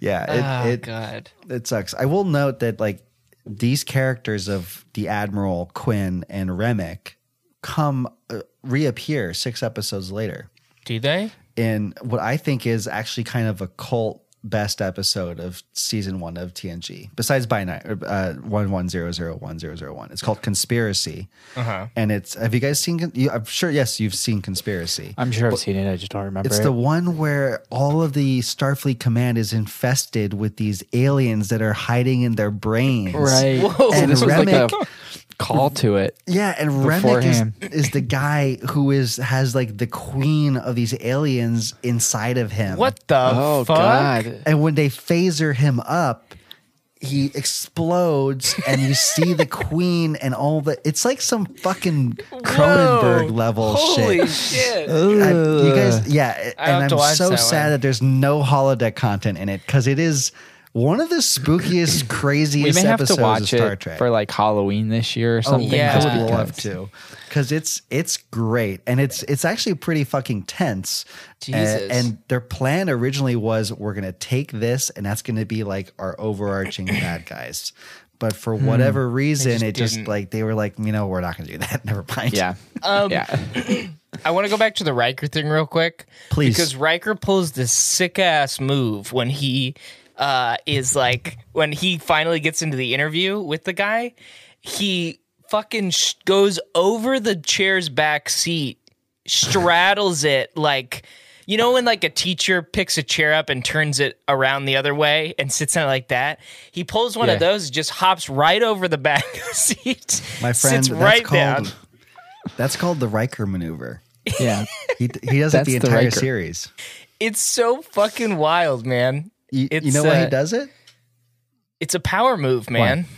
[SPEAKER 1] yeah,
[SPEAKER 2] oh
[SPEAKER 1] it, it,
[SPEAKER 2] God.
[SPEAKER 1] it sucks. I will note that like these characters of the Admiral Quinn and Remick come uh, reappear six episodes later
[SPEAKER 2] Do they?
[SPEAKER 1] in what I think is actually kind of a cult best episode of season one of TNG. Besides by night uh, one one zero zero one zero zero one, it's called Conspiracy, uh-huh. and it's have you guys seen? Con- You, I'm sure yes, you've seen Conspiracy.
[SPEAKER 3] I'm sure I've seen it. I just don't remember.
[SPEAKER 1] It's
[SPEAKER 3] it.
[SPEAKER 1] the one where all of the Starfleet command is infested with these aliens that are hiding in their brains.
[SPEAKER 3] right.
[SPEAKER 2] Whoa.
[SPEAKER 3] So
[SPEAKER 1] And
[SPEAKER 3] this was like a
[SPEAKER 1] Remick-
[SPEAKER 3] call to it.
[SPEAKER 1] Yeah, and Remick
[SPEAKER 3] Beforehand.
[SPEAKER 1] is, is the guy who is has like the queen of these aliens inside of him.
[SPEAKER 2] What the
[SPEAKER 3] Oh
[SPEAKER 2] fuck?
[SPEAKER 3] god.
[SPEAKER 1] And when they phaser him up, he explodes, and you see the queen and all the. It's like some fucking Cronenberg
[SPEAKER 2] Whoa.
[SPEAKER 1] level
[SPEAKER 2] Holy
[SPEAKER 1] shit.
[SPEAKER 2] shit!
[SPEAKER 1] I- you guys, yeah,
[SPEAKER 2] I'll have
[SPEAKER 1] and
[SPEAKER 2] to
[SPEAKER 1] I'm
[SPEAKER 2] watch
[SPEAKER 1] so
[SPEAKER 2] that
[SPEAKER 1] sad
[SPEAKER 2] one.
[SPEAKER 1] that there's no holodeck content in it because it is one of the spookiest,
[SPEAKER 3] We
[SPEAKER 1] craziest
[SPEAKER 3] may have to
[SPEAKER 1] episodes
[SPEAKER 3] watch
[SPEAKER 1] of Star
[SPEAKER 3] it
[SPEAKER 1] Trek.
[SPEAKER 3] for like Halloween this year or something.
[SPEAKER 2] yeah.
[SPEAKER 3] just
[SPEAKER 1] I would
[SPEAKER 3] because-
[SPEAKER 1] love to because it's it's great and it's it's actually pretty fucking tense. A-
[SPEAKER 2] Jesus.
[SPEAKER 1] And, their plan originally was we're gonna take this and that's gonna be like our overarching bad guys. But for
[SPEAKER 3] Hmm.
[SPEAKER 1] whatever reason,
[SPEAKER 2] just
[SPEAKER 1] it just
[SPEAKER 2] didn't.
[SPEAKER 1] like they were like, you know, we're not gonna do that. Never mind.
[SPEAKER 3] Yeah. yeah.
[SPEAKER 2] I want to go back to the Riker thing real quick,
[SPEAKER 1] Please.
[SPEAKER 2] because Riker pulls this sick ass move when he uh, is like when he finally gets into the interview with the guy, he fucking sh- goes over the chair's back seat, straddles it like. You know when like a teacher picks a chair up and turns it around the other way and sits on it like that? He pulls one
[SPEAKER 3] Yeah.
[SPEAKER 2] of those, just hops right over the back seat,
[SPEAKER 1] My friend,
[SPEAKER 2] sits
[SPEAKER 1] that's
[SPEAKER 2] right
[SPEAKER 1] called
[SPEAKER 2] down.
[SPEAKER 1] that's called the Riker maneuver.
[SPEAKER 3] Yeah.
[SPEAKER 1] He he does it
[SPEAKER 3] That's
[SPEAKER 1] the
[SPEAKER 3] the
[SPEAKER 1] entire
[SPEAKER 3] Riker.
[SPEAKER 1] series.
[SPEAKER 2] It's so fucking wild, man.
[SPEAKER 1] You, you
[SPEAKER 2] It's,
[SPEAKER 1] know why
[SPEAKER 2] uh,
[SPEAKER 1] he does it?
[SPEAKER 2] It's a power move, man.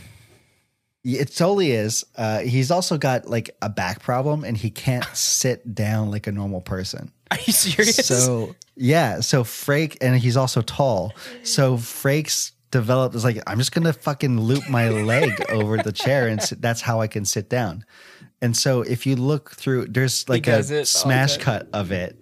[SPEAKER 1] It totally is. Uh, he's also got like a back problem, and he can't sit down like a normal person.
[SPEAKER 2] Are you serious?
[SPEAKER 1] So yeah, so Frake, and he's also tall. So Frake's developed is like, I'm just gonna fucking loop my leg over the chair, and sit, that's how I can sit down. And so if you look through, there's like
[SPEAKER 2] does it all
[SPEAKER 1] a smash
[SPEAKER 2] day.
[SPEAKER 1] cut of it.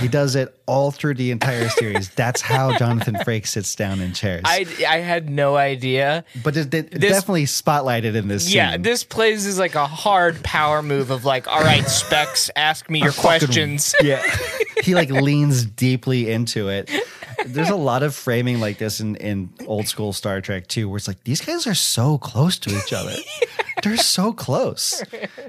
[SPEAKER 1] He does it all through the entire series. That's how Jonathan Frake sits down in chairs.
[SPEAKER 2] I I had no idea.
[SPEAKER 1] but it, it
[SPEAKER 2] this-
[SPEAKER 1] definitely spotlighted in this.
[SPEAKER 2] Yeah,
[SPEAKER 1] scene.
[SPEAKER 2] this plays is like a hard power move of like, all right, specs, ask me your questions.
[SPEAKER 1] Yeah. he like leans deeply into it. There's a lot of framing like this in, in old school Star Trek too, where it's like these guys are so close to each other. They're so close.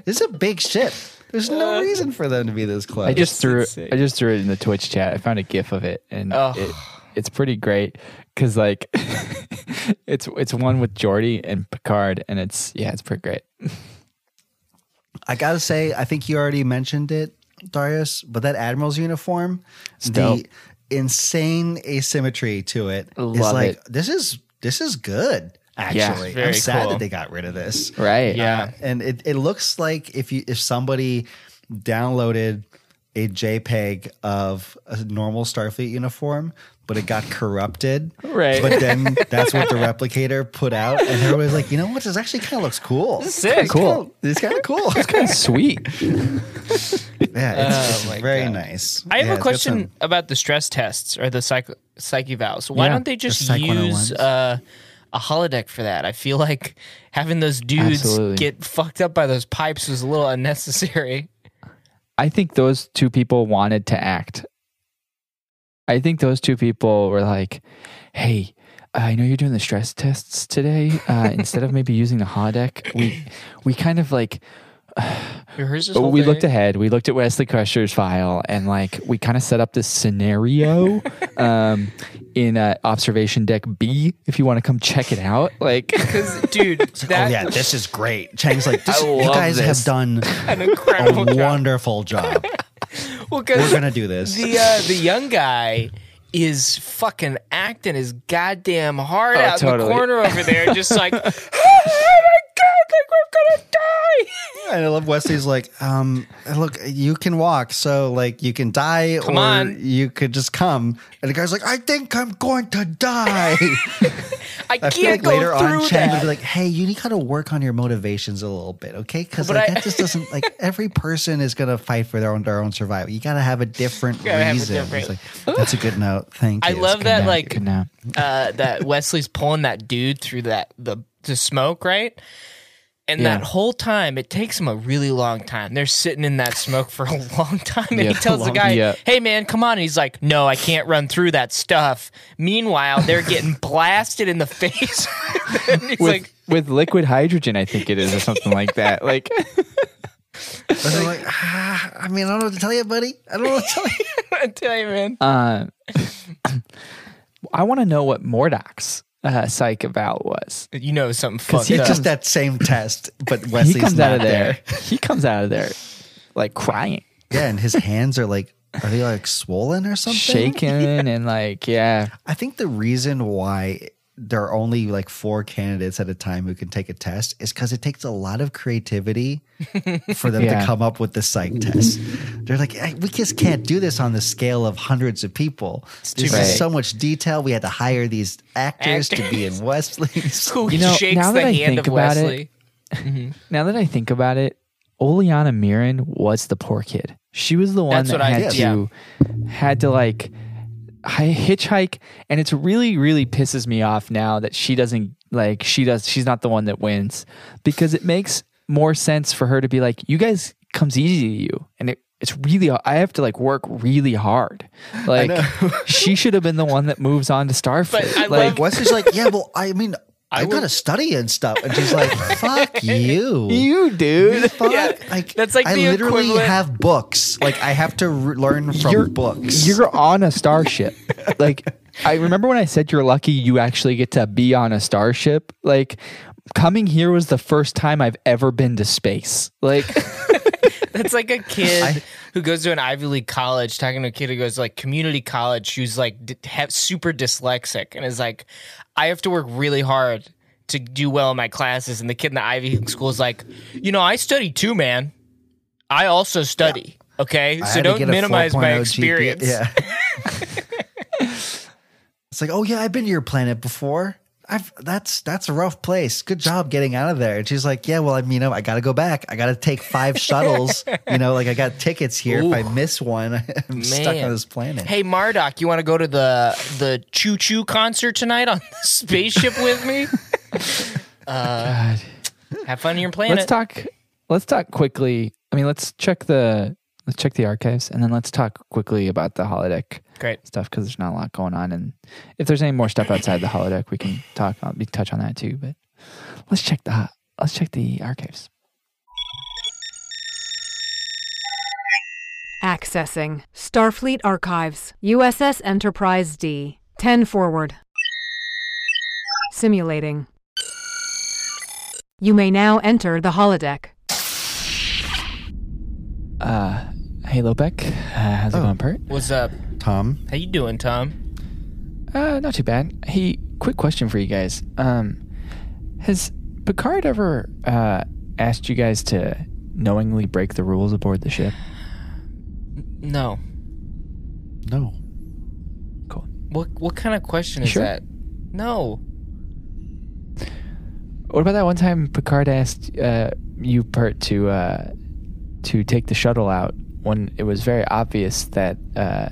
[SPEAKER 1] This is a big ship. There's no reason for them to be this close.
[SPEAKER 3] I just threw I just threw it in the Twitch chat. I found a GIF of it, and
[SPEAKER 2] Ugh.
[SPEAKER 3] it, it's pretty great because like it's it's one with Jordy and Picard, and it's yeah, it's pretty great.
[SPEAKER 1] I gotta say, I think you already mentioned it, Darius, but that admiral's uniform,
[SPEAKER 3] dope.
[SPEAKER 1] the insane asymmetry to it is
[SPEAKER 3] Love
[SPEAKER 1] like
[SPEAKER 3] it.
[SPEAKER 1] this is this is good. Actually,
[SPEAKER 2] very
[SPEAKER 1] I'm sad
[SPEAKER 2] cool.
[SPEAKER 1] that they got rid of this. Uh,
[SPEAKER 3] Right?
[SPEAKER 2] Yeah.
[SPEAKER 1] and it, it looks like if you if somebody downloaded a JPEG of a normal Starfleet uniform, but it got corrupted.
[SPEAKER 3] Right.
[SPEAKER 1] But then that's what the replicator put out, and everybody's like, you know what? This actually kind of looks cool.
[SPEAKER 2] Sick.
[SPEAKER 3] Cool.
[SPEAKER 1] It's kind of cool.
[SPEAKER 3] Sweet.
[SPEAKER 1] yeah, it's, it's
[SPEAKER 2] Oh my
[SPEAKER 1] very nice.
[SPEAKER 2] I have
[SPEAKER 1] Yeah,
[SPEAKER 2] a
[SPEAKER 1] it's got some-
[SPEAKER 2] question about the stress tests or the psych- psyche valves. Why
[SPEAKER 3] Yeah,
[SPEAKER 2] don't they just
[SPEAKER 1] Psych 101s.
[SPEAKER 2] use uh, a holodeck for that? I feel like having those dudes
[SPEAKER 3] Absolutely.
[SPEAKER 2] get fucked up by those pipes was a little unnecessary.
[SPEAKER 3] I think those two people wanted to act. I think those two people were like, "Hey, I know you're doing the stress tests today. Uh, instead of maybe using the holodeck, we we kind of like
[SPEAKER 2] Rehearse this
[SPEAKER 3] but
[SPEAKER 2] whole
[SPEAKER 3] we
[SPEAKER 2] thing.
[SPEAKER 3] looked ahead. We looked at Wesley Crusher's file and like we kind of set up this scenario um, in uh, observation deck B. If you want to come check it out, like
[SPEAKER 2] 'Cause, dude, that
[SPEAKER 1] Oh yeah, this is great. Chang's like, this,
[SPEAKER 3] I
[SPEAKER 1] you
[SPEAKER 3] love
[SPEAKER 1] guys
[SPEAKER 3] this.
[SPEAKER 1] have done
[SPEAKER 2] an incredible
[SPEAKER 1] a
[SPEAKER 2] job.
[SPEAKER 1] wonderful job.
[SPEAKER 2] Well,
[SPEAKER 1] We're
[SPEAKER 2] 'cause
[SPEAKER 1] gonna do this.
[SPEAKER 2] the uh, the young guy is fucking acting his goddamn heart
[SPEAKER 3] Oh,
[SPEAKER 2] out in
[SPEAKER 3] totally.
[SPEAKER 2] the corner over there, just like, oh, my god, like we're gonna die.
[SPEAKER 1] And I love Wesley's like, um, look, you can walk, so like you can die,
[SPEAKER 2] Come
[SPEAKER 1] or
[SPEAKER 2] on.
[SPEAKER 1] you could just come. And the guy's like, I think I'm going to die.
[SPEAKER 2] I,
[SPEAKER 1] I
[SPEAKER 2] can't
[SPEAKER 1] feel like
[SPEAKER 2] go
[SPEAKER 1] later
[SPEAKER 2] through
[SPEAKER 1] on, Chang would
[SPEAKER 2] that.
[SPEAKER 1] be like, Hey, you need kind of work on your motivations a little bit, okay? Because
[SPEAKER 2] But
[SPEAKER 1] like,
[SPEAKER 2] I-
[SPEAKER 1] that just doesn't like every person is gonna fight for their own their own survival. You gotta have a different
[SPEAKER 2] gotta have a
[SPEAKER 1] reason.
[SPEAKER 2] different-
[SPEAKER 1] It's like, That's a good note. Thank
[SPEAKER 2] I
[SPEAKER 1] you. It's
[SPEAKER 2] love
[SPEAKER 1] good
[SPEAKER 2] that,
[SPEAKER 1] note.
[SPEAKER 2] like,
[SPEAKER 3] good now.
[SPEAKER 2] uh, that Wesley's pulling that dude through that the the smoke, right? And
[SPEAKER 3] Yeah.
[SPEAKER 2] that whole time, it takes him a really long time. They're sitting in that smoke for a long time, and he
[SPEAKER 3] Yeah,
[SPEAKER 2] tells the
[SPEAKER 3] long-
[SPEAKER 2] guy,
[SPEAKER 3] yeah.
[SPEAKER 2] "Hey, man, come on!" And he's like, "No, I can't run through that stuff." Meanwhile, they're getting blasted in the face. and he's
[SPEAKER 3] with
[SPEAKER 2] like,
[SPEAKER 3] with liquid hydrogen, I think it is, or something like that. Like.
[SPEAKER 1] And they're like, ah, I mean, I don't know what to tell you, buddy. I don't know what to tell you.
[SPEAKER 2] "I tell you, man."
[SPEAKER 3] Uh, I want to know what Mordoc's uh, psych about was.
[SPEAKER 2] you know something
[SPEAKER 3] 'Cause
[SPEAKER 2] fucked
[SPEAKER 3] he
[SPEAKER 2] up.
[SPEAKER 1] It's
[SPEAKER 3] comes-
[SPEAKER 1] just that same test, but Wesley's
[SPEAKER 3] he comes
[SPEAKER 1] not
[SPEAKER 3] out of
[SPEAKER 1] there.
[SPEAKER 3] there. He comes out of there like crying,
[SPEAKER 1] Yeah, and his hands are like, are they like swollen or something?
[SPEAKER 3] shaking, and like yeah,
[SPEAKER 1] I think the reason why there are only like four candidates at a time who can take a test is because it takes a lot of creativity for them
[SPEAKER 3] Yeah.
[SPEAKER 1] to come up with the psych test. They're like, "Hey, we just can't do this on the scale of hundreds of people. There's
[SPEAKER 3] big.
[SPEAKER 1] just so much detail. We had to hire these actors, to be in Wesley's.
[SPEAKER 2] Who
[SPEAKER 3] You know,
[SPEAKER 2] shakes
[SPEAKER 3] now
[SPEAKER 2] the
[SPEAKER 3] that I
[SPEAKER 2] hand
[SPEAKER 3] think
[SPEAKER 2] of
[SPEAKER 3] about it-
[SPEAKER 2] Wesley.
[SPEAKER 3] Now that I think about it, Oleana Mirren was the poor kid. She was the one
[SPEAKER 2] That's
[SPEAKER 3] that
[SPEAKER 2] what I-
[SPEAKER 3] had to had to like hi- hitchhike, and it's really really pisses me off now that she doesn't like she does. She's not the one that wins because it makes more sense for her to be like, "You guys comes easy to you," and it. It's really I have to like work really hard. Like she should have been the one that moves on to Starfleet.
[SPEAKER 2] But I
[SPEAKER 3] like
[SPEAKER 2] love-
[SPEAKER 1] Wesley's like, yeah, well, I mean, I, gotta study and stuff, and she's like, "Fuck you,
[SPEAKER 3] you, dude.
[SPEAKER 1] fuck? Like
[SPEAKER 2] That's like
[SPEAKER 1] I
[SPEAKER 2] the
[SPEAKER 1] literally
[SPEAKER 2] equivalent-
[SPEAKER 1] have books. Like I have to re- learn from
[SPEAKER 3] You're-
[SPEAKER 1] books.
[SPEAKER 3] You're on a starship. like I remember when I said you're lucky you actually get to be on a starship. Like coming here was the first time I've ever been to space. Like
[SPEAKER 2] That's like a kid who goes to an Ivy League college talking to a kid who goes to like community college who's like d- ha- super dyslexic and is like, I have to work really hard to do well in my classes. And the kid in the Ivy League school is like, you know, I study too, man. I also study. Okay,
[SPEAKER 1] I
[SPEAKER 2] so
[SPEAKER 1] had to
[SPEAKER 2] don't
[SPEAKER 1] get a
[SPEAKER 2] minimize my
[SPEAKER 1] 4.0
[SPEAKER 2] experience.
[SPEAKER 1] GPA. Yeah. it's like, oh yeah, I've been to your planet before. I've that's that's a rough place. Good job getting out of there. And she's like, yeah, well, I mean, you know, I gotta go back. I gotta take five shuttles. You know, like I got tickets here. If I miss one, I'm stuck
[SPEAKER 2] Man.
[SPEAKER 1] on this planet.
[SPEAKER 2] Hey Marduk, you want to go to the the Choo Choo concert tonight on the spaceship with me?
[SPEAKER 3] God.
[SPEAKER 2] Have fun on your planet.
[SPEAKER 3] let's talk let's talk quickly. I mean, let's check the let's check the archives and then let's talk quickly about the holodeck
[SPEAKER 2] Great.
[SPEAKER 3] stuff because there's not a lot going on and if there's any more stuff outside the holodeck we can talk on we can touch on that too, but let's check the let's check the archives.
[SPEAKER 8] Accessing Starfleet Archives, USS Enterprise D. 10 forward. Simulating. You may now enter the holodeck.
[SPEAKER 3] Hey, Lopek. Uh, how's it going, Pert?
[SPEAKER 2] What's up?
[SPEAKER 1] Tom,
[SPEAKER 2] How you doing, Tom?
[SPEAKER 3] Uh, not too bad. Hey, quick question for you guys. Um, has Picard ever uh, asked you guys to knowingly break the rules aboard the ship?
[SPEAKER 2] No.
[SPEAKER 1] No.
[SPEAKER 3] Cool.
[SPEAKER 2] What what kind of question is
[SPEAKER 3] Sure.
[SPEAKER 2] that? No.
[SPEAKER 3] What about that one time Picard asked uh, you, Pert, to uh, to take the shuttle out when it was very obvious that uh,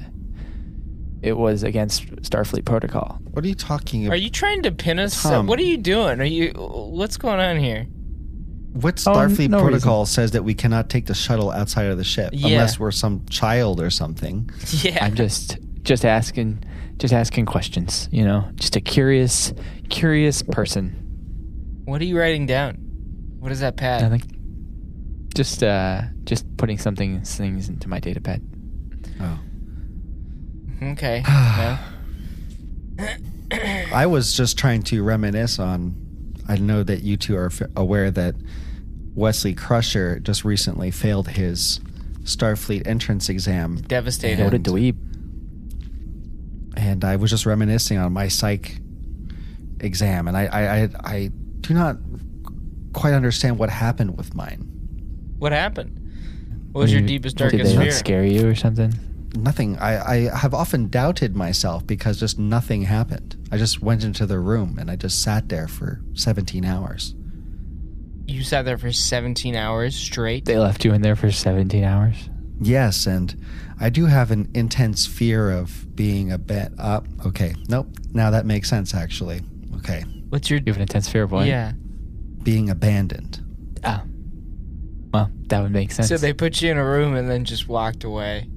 [SPEAKER 3] it was against Starfleet protocol?
[SPEAKER 1] What are you talking about?
[SPEAKER 2] Are you trying to pin us?
[SPEAKER 1] Tom.
[SPEAKER 2] What are you doing? Are you what's going on here?
[SPEAKER 1] what
[SPEAKER 3] Oh,
[SPEAKER 1] Starfleet
[SPEAKER 3] no
[SPEAKER 1] protocol says that we cannot take the shuttle outside of the ship
[SPEAKER 2] Yeah.
[SPEAKER 1] unless we're some child or something.
[SPEAKER 2] Yeah.
[SPEAKER 3] I'm just just asking just asking questions. You know, just a curious curious person.
[SPEAKER 2] what are you writing down? What is that pad?
[SPEAKER 3] I think just uh, just putting something things into my data pad.
[SPEAKER 1] Oh.
[SPEAKER 2] Okay. well,
[SPEAKER 1] I was just trying to reminisce on. I know that you two are f- aware that Wesley Crusher just recently failed his Starfleet entrance exam,
[SPEAKER 2] devastated.
[SPEAKER 3] What a
[SPEAKER 1] And-
[SPEAKER 3] dweeb.
[SPEAKER 1] and I was just reminiscing on my psych exam, and I I I, I do not quite understand what happened with mine.
[SPEAKER 2] What happened? What was your
[SPEAKER 3] You-
[SPEAKER 2] deepest
[SPEAKER 3] Did
[SPEAKER 2] darkest
[SPEAKER 3] they
[SPEAKER 2] fear?
[SPEAKER 3] not scare you or something?
[SPEAKER 1] Nothing. I, I have often doubted myself because just nothing happened. I just went into the room and I just sat there for 17 hours.
[SPEAKER 2] You sat there for 17 hours straight.
[SPEAKER 3] They left you in there for 17 hours.
[SPEAKER 1] Yes, and I do have an intense fear of being a bit up. Okay, nope. Now that makes sense, actually. Okay,
[SPEAKER 2] What's your
[SPEAKER 3] You have an intense fear of what?
[SPEAKER 2] yeah?
[SPEAKER 1] being abandoned.
[SPEAKER 3] Oh. Well, that would make sense.
[SPEAKER 2] So they put you in a room and then just walked away.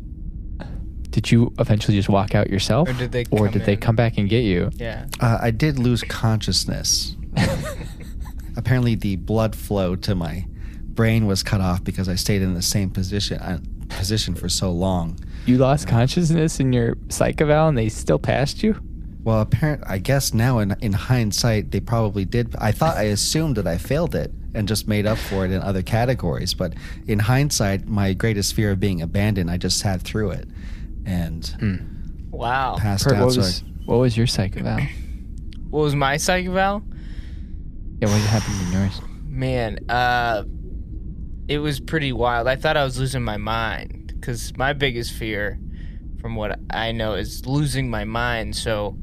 [SPEAKER 3] did you eventually just walk out yourself?
[SPEAKER 2] Or did they
[SPEAKER 3] Or
[SPEAKER 2] come
[SPEAKER 3] did they
[SPEAKER 2] in?
[SPEAKER 3] come back and get you?
[SPEAKER 2] Yeah.
[SPEAKER 1] Uh, I did lose consciousness. Apparently, the blood flow to my brain was cut off because I stayed in the same position uh, position for so long.
[SPEAKER 3] You lost consciousness in your psych eval and they still passed you?
[SPEAKER 1] Well, apparent. I guess now in in hindsight, they probably did. I thought I assumed that I failed it and just made up for it in other categories. But in hindsight, my greatest fear of being abandoned, I just sat through it and
[SPEAKER 2] Hmm. Wow.
[SPEAKER 1] passed
[SPEAKER 3] Kurt,
[SPEAKER 1] out.
[SPEAKER 3] what,
[SPEAKER 1] so I-
[SPEAKER 3] was, what was your psych eval? yeah,
[SPEAKER 2] What was my psych eval?
[SPEAKER 3] what happened in yours?
[SPEAKER 2] Man, uh, it was pretty wild. I thought I was losing my mind because my biggest fear, from what I know, is losing my mind. So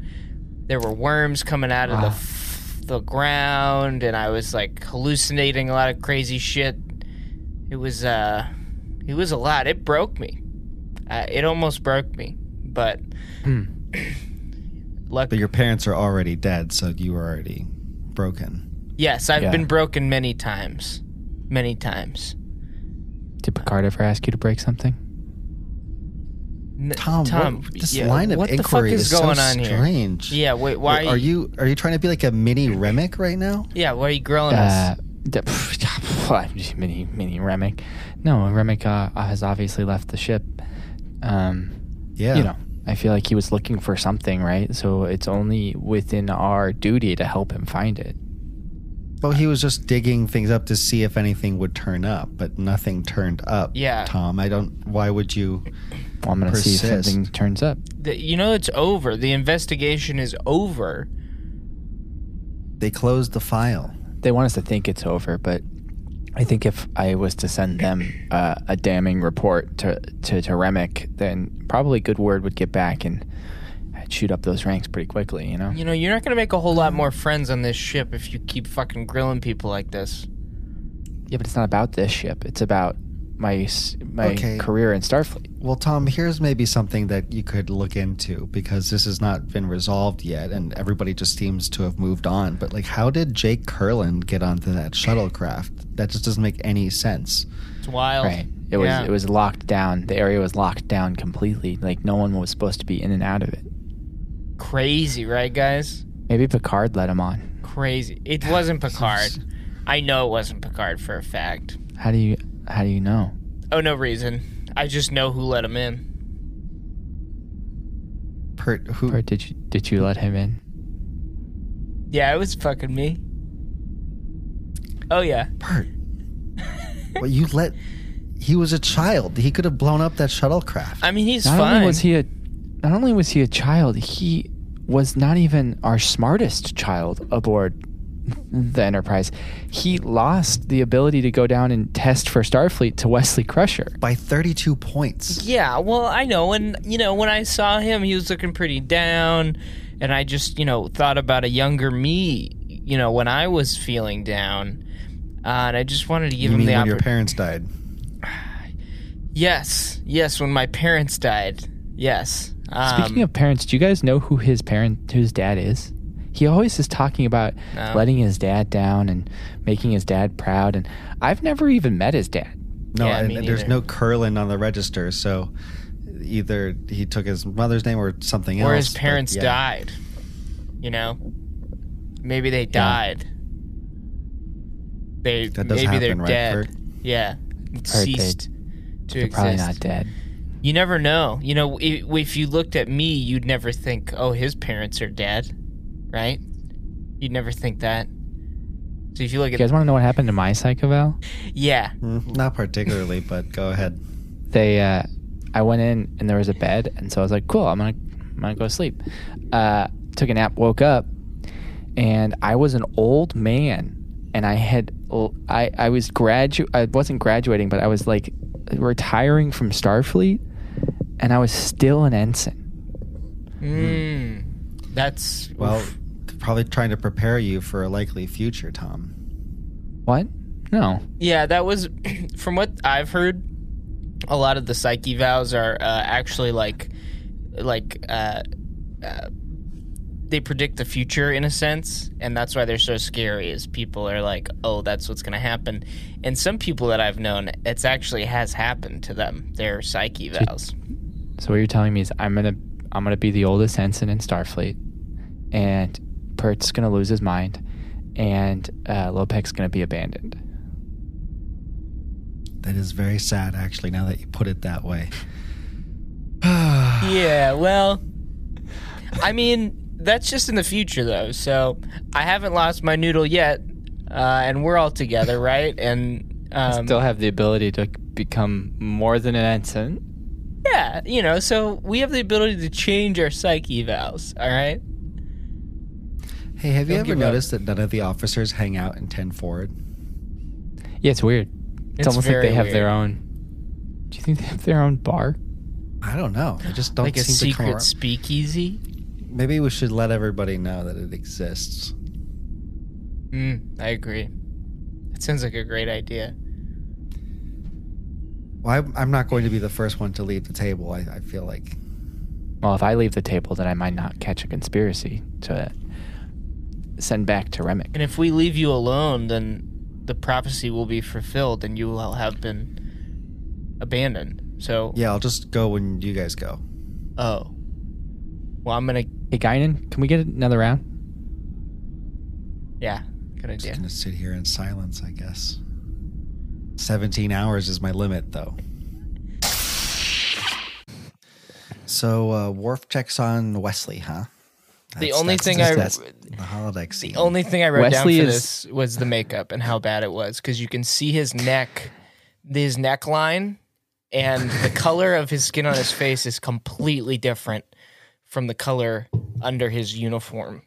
[SPEAKER 2] there were worms coming out of the f- the ground, and I was like hallucinating a lot of crazy shit. It was uh, it was a lot. It broke me. Uh, it almost broke me, but luckily.
[SPEAKER 1] but your parents are already dead, so you were already broken.
[SPEAKER 2] Yes, I've
[SPEAKER 3] Yeah.
[SPEAKER 2] been broken many times. Many times.
[SPEAKER 3] Did Picard ever ask you to break something?
[SPEAKER 2] N-
[SPEAKER 1] Tom, what, this line of
[SPEAKER 2] what
[SPEAKER 1] inquiry
[SPEAKER 2] the fuck is, going
[SPEAKER 1] so
[SPEAKER 2] on here?
[SPEAKER 1] strange.
[SPEAKER 2] Yeah, wait, why
[SPEAKER 1] are you are you trying to be like a mini Remick right now?
[SPEAKER 2] Yeah, why are you grilling
[SPEAKER 3] Uh,
[SPEAKER 2] us?
[SPEAKER 3] d- pff, mini, mini Remick. No, Remick uh, has obviously left the ship. Um,
[SPEAKER 1] Yeah,
[SPEAKER 3] you know, I feel like he was looking for something, right? So it's only within our duty to help him find it.
[SPEAKER 1] Well, he was just digging things up to see if anything would turn up, but nothing turned up.
[SPEAKER 2] Yeah.
[SPEAKER 1] Tom, I don't. Why would you?
[SPEAKER 3] Well, I'm going to see if
[SPEAKER 1] Persist.
[SPEAKER 3] something turns up.
[SPEAKER 2] The- you know it's over. The investigation is over.
[SPEAKER 1] They closed the file.
[SPEAKER 3] They want us to think it's over, but I think if I was to send them uh, a damning report to, to, to Remick, then probably Good Word would get back and I'd shoot up those ranks pretty quickly, you know?
[SPEAKER 2] You know, you're not going to make a whole lot more friends on this ship if you keep fucking grilling people like this.
[SPEAKER 3] Yeah, but it's not about this ship. It's about my s- my
[SPEAKER 1] Okay.
[SPEAKER 3] career in Starfleet.
[SPEAKER 1] Well, Tom, here's maybe something that you could look into because this has not been resolved yet, and everybody just seems to have moved on. But like, how did Jake Curlin get onto that shuttlecraft? That just doesn't make any sense.
[SPEAKER 2] It's wild.
[SPEAKER 3] Right. It
[SPEAKER 2] Oh,
[SPEAKER 3] was
[SPEAKER 2] Yeah.
[SPEAKER 3] it was locked down. The area was locked down completely. Like no one was supposed to be in and out of it.
[SPEAKER 2] crazy, right, guys?
[SPEAKER 3] Maybe Picard let him on.
[SPEAKER 2] Crazy. It wasn't Picard. I know it wasn't Picard for a fact.
[SPEAKER 3] How do you how do you know?
[SPEAKER 2] Oh, no reason. I just know who let him in.
[SPEAKER 1] Pert, who?
[SPEAKER 3] Or did you did you let him in?
[SPEAKER 2] Yeah, it was fucking me. Oh yeah.
[SPEAKER 1] Pert. well, you let. He was a child. He could have blown up that shuttlecraft.
[SPEAKER 2] I mean, he's
[SPEAKER 3] Not
[SPEAKER 2] fine.
[SPEAKER 3] only was he a not only was he a child, he was not even our smartest child aboard the Enterprise, he lost the ability to go down and test for Starfleet to Wesley Crusher.
[SPEAKER 1] by 32 points.
[SPEAKER 2] Yeah, well, I know. And, you know, when I saw him, he was looking pretty down. And I just, you know, thought about a younger me, you know, when I was feeling down. Uh, and I just wanted to
[SPEAKER 1] You
[SPEAKER 2] give him
[SPEAKER 1] mean
[SPEAKER 2] the
[SPEAKER 1] when your parents
[SPEAKER 2] opportunity.
[SPEAKER 1] died?
[SPEAKER 2] yes, yes, when my parents died. Yes. Um,
[SPEAKER 3] Speaking of parents, do you guys know who his parent, whose dad is? He always is talking about letting his dad down and making his dad proud. And I've never even met his dad.
[SPEAKER 1] No,
[SPEAKER 2] Yeah,
[SPEAKER 1] and
[SPEAKER 2] me
[SPEAKER 1] there's
[SPEAKER 2] neither.
[SPEAKER 1] no Curlin on the register, so either he took his mother's name or something else.
[SPEAKER 2] or his
[SPEAKER 1] but
[SPEAKER 2] parents
[SPEAKER 1] yeah.
[SPEAKER 2] died. You know, maybe they died. They
[SPEAKER 1] That does
[SPEAKER 2] maybe they're
[SPEAKER 1] happen, right,
[SPEAKER 2] dead.
[SPEAKER 1] Kurt?
[SPEAKER 2] Yeah,
[SPEAKER 3] Or they-
[SPEAKER 2] ceased to
[SPEAKER 3] They're probably not
[SPEAKER 2] exist.
[SPEAKER 3] dead.
[SPEAKER 2] You never know. You know, i- if you looked at me, you'd never think, "Oh, his parents are dead," right? You'd never think that. So if you look
[SPEAKER 3] You
[SPEAKER 2] at
[SPEAKER 3] guys want to know what happened to my psycho val?
[SPEAKER 2] yeah,
[SPEAKER 1] Mm, Not particularly, but go ahead.
[SPEAKER 3] they uh, I went in and there was a bed and so I was like, cool, I'm gonna I'm gonna go sleep. Uh, took a nap, woke up, and I was an old man and I had l- I I was gradu I wasn't graduating, but I was like retiring from Starfleet and I was still an ensign.
[SPEAKER 2] Mm. that's
[SPEAKER 1] Well, probably trying to prepare you for a likely future, Tom.
[SPEAKER 3] What? No.
[SPEAKER 2] Yeah, that was from what I've heard. A lot of the psyche vows are uh, actually like, like uh, uh, they predict the future in a sense, and that's why they're so scary. Is people are like, oh, that's what's going to happen, and some people that I've known, it's actually has happened to them. Their psyche vows.
[SPEAKER 3] So what you're telling me is I'm gonna I'm gonna be the oldest ensign in Starfleet, and Pert's gonna lose his mind, and uh, Lopek's gonna be abandoned.
[SPEAKER 1] That is very sad, actually, now that you put it that way.
[SPEAKER 2] yeah, well, I mean, that's just in the future, though. So I haven't lost my noodle yet, uh, and we're all together, right? And um,
[SPEAKER 3] still have the ability to become more than an ensign.
[SPEAKER 2] yeah, you know, so we have the ability to change our psyche vows. All right.
[SPEAKER 1] Hey, have you
[SPEAKER 2] Don't
[SPEAKER 1] ever
[SPEAKER 2] give up.
[SPEAKER 1] noticed that none of the officers hang out in 10 forward?
[SPEAKER 3] Yeah, it's weird. It's,
[SPEAKER 2] It's
[SPEAKER 3] almost like
[SPEAKER 2] very
[SPEAKER 3] they have
[SPEAKER 2] weird.
[SPEAKER 3] their own. Do you think they have their own bar?
[SPEAKER 1] I don't know. They just don't
[SPEAKER 2] like a
[SPEAKER 1] seem to come
[SPEAKER 2] secret
[SPEAKER 1] around.
[SPEAKER 2] speakeasy.
[SPEAKER 1] Maybe we should let everybody know that it exists.
[SPEAKER 2] Mm, I agree. That sounds like a great idea.
[SPEAKER 1] Well, I'm- I'm not going to be the first one to leave the table, I, I feel like.
[SPEAKER 3] Well, if I leave the table, then I might not catch a conspiracy to send back to Remick.
[SPEAKER 2] And if we leave you alone, then the prophecy will be fulfilled and you will have been abandoned. So,
[SPEAKER 1] Yeah, I'll just go when you guys go.
[SPEAKER 2] oh. Well, I'm going to
[SPEAKER 3] Hey, Guinan, can we get another round?
[SPEAKER 2] Yeah, good idea.
[SPEAKER 1] gonna sit here in silence, I guess. 17 hours is my limit, though. So, uh, Worf checks on Wesley, huh? That's-
[SPEAKER 2] only
[SPEAKER 1] that's-
[SPEAKER 2] thing
[SPEAKER 1] that's-
[SPEAKER 2] I-
[SPEAKER 1] that's the holodeck scene.
[SPEAKER 3] Oh,
[SPEAKER 2] Only thing I wrote
[SPEAKER 3] Wesley
[SPEAKER 2] down for
[SPEAKER 3] is-
[SPEAKER 2] this was the makeup and how bad it was because you can see his neck, his neckline, and the color of his skin on his face is completely different from the color under his uniform.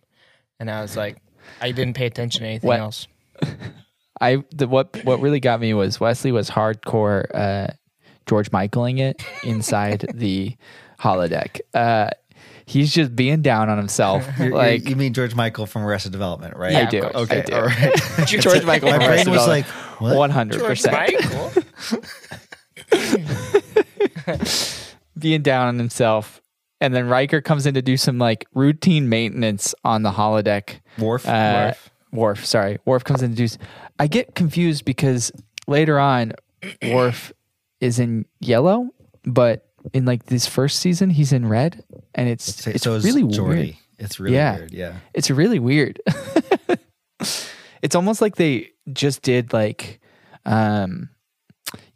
[SPEAKER 2] And I was like, I didn't pay attention to anything
[SPEAKER 3] What-
[SPEAKER 2] else.
[SPEAKER 3] I the, what what really got me was Wesley was hardcore uh, George Michaeling it inside the holodeck. Uh, he's just being down on himself.
[SPEAKER 1] You're- you're-
[SPEAKER 3] like
[SPEAKER 1] you mean George Michael from Arrested Development, right?
[SPEAKER 3] I do.
[SPEAKER 2] of course.
[SPEAKER 3] I
[SPEAKER 1] Okay,
[SPEAKER 3] do.
[SPEAKER 1] all right.
[SPEAKER 3] George Michael.
[SPEAKER 1] My
[SPEAKER 3] from
[SPEAKER 1] brain
[SPEAKER 3] Arrested
[SPEAKER 1] was like,
[SPEAKER 3] Development.
[SPEAKER 1] what?
[SPEAKER 3] 100%.
[SPEAKER 2] Michael.
[SPEAKER 3] Being down on himself. And then Riker comes in to do some like routine maintenance on the holodeck.
[SPEAKER 1] Worf?
[SPEAKER 3] Uh,
[SPEAKER 1] Worf.
[SPEAKER 3] Worf, sorry. Worf comes in to do. s- I get confused because later on, Worf is in yellow, but in like this first season, he's in red. And it's,
[SPEAKER 1] So-
[SPEAKER 3] it's
[SPEAKER 1] so is
[SPEAKER 3] really
[SPEAKER 1] Geordi.
[SPEAKER 3] weird.
[SPEAKER 1] It's really
[SPEAKER 3] Yeah.
[SPEAKER 1] weird, yeah.
[SPEAKER 3] It's really weird. it's almost like they just did like um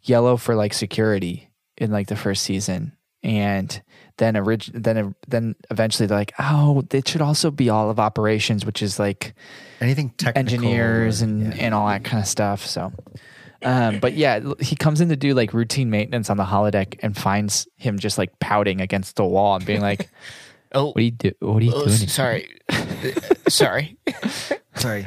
[SPEAKER 3] yellow for like security in like the first season and then orig- then then eventually they're like oh it should also be all of operations which is like
[SPEAKER 1] Anything technical.
[SPEAKER 3] engineers
[SPEAKER 1] or-
[SPEAKER 3] and
[SPEAKER 1] yeah.
[SPEAKER 3] and all that kind of stuff so um but yeah l- he comes in to do like routine maintenance on the holodeck and finds him just like pouting against the wall and being like
[SPEAKER 2] Oh,
[SPEAKER 3] what do you do what are you
[SPEAKER 2] oh,
[SPEAKER 3] doing
[SPEAKER 2] sorry. Sorry.
[SPEAKER 1] Sorry.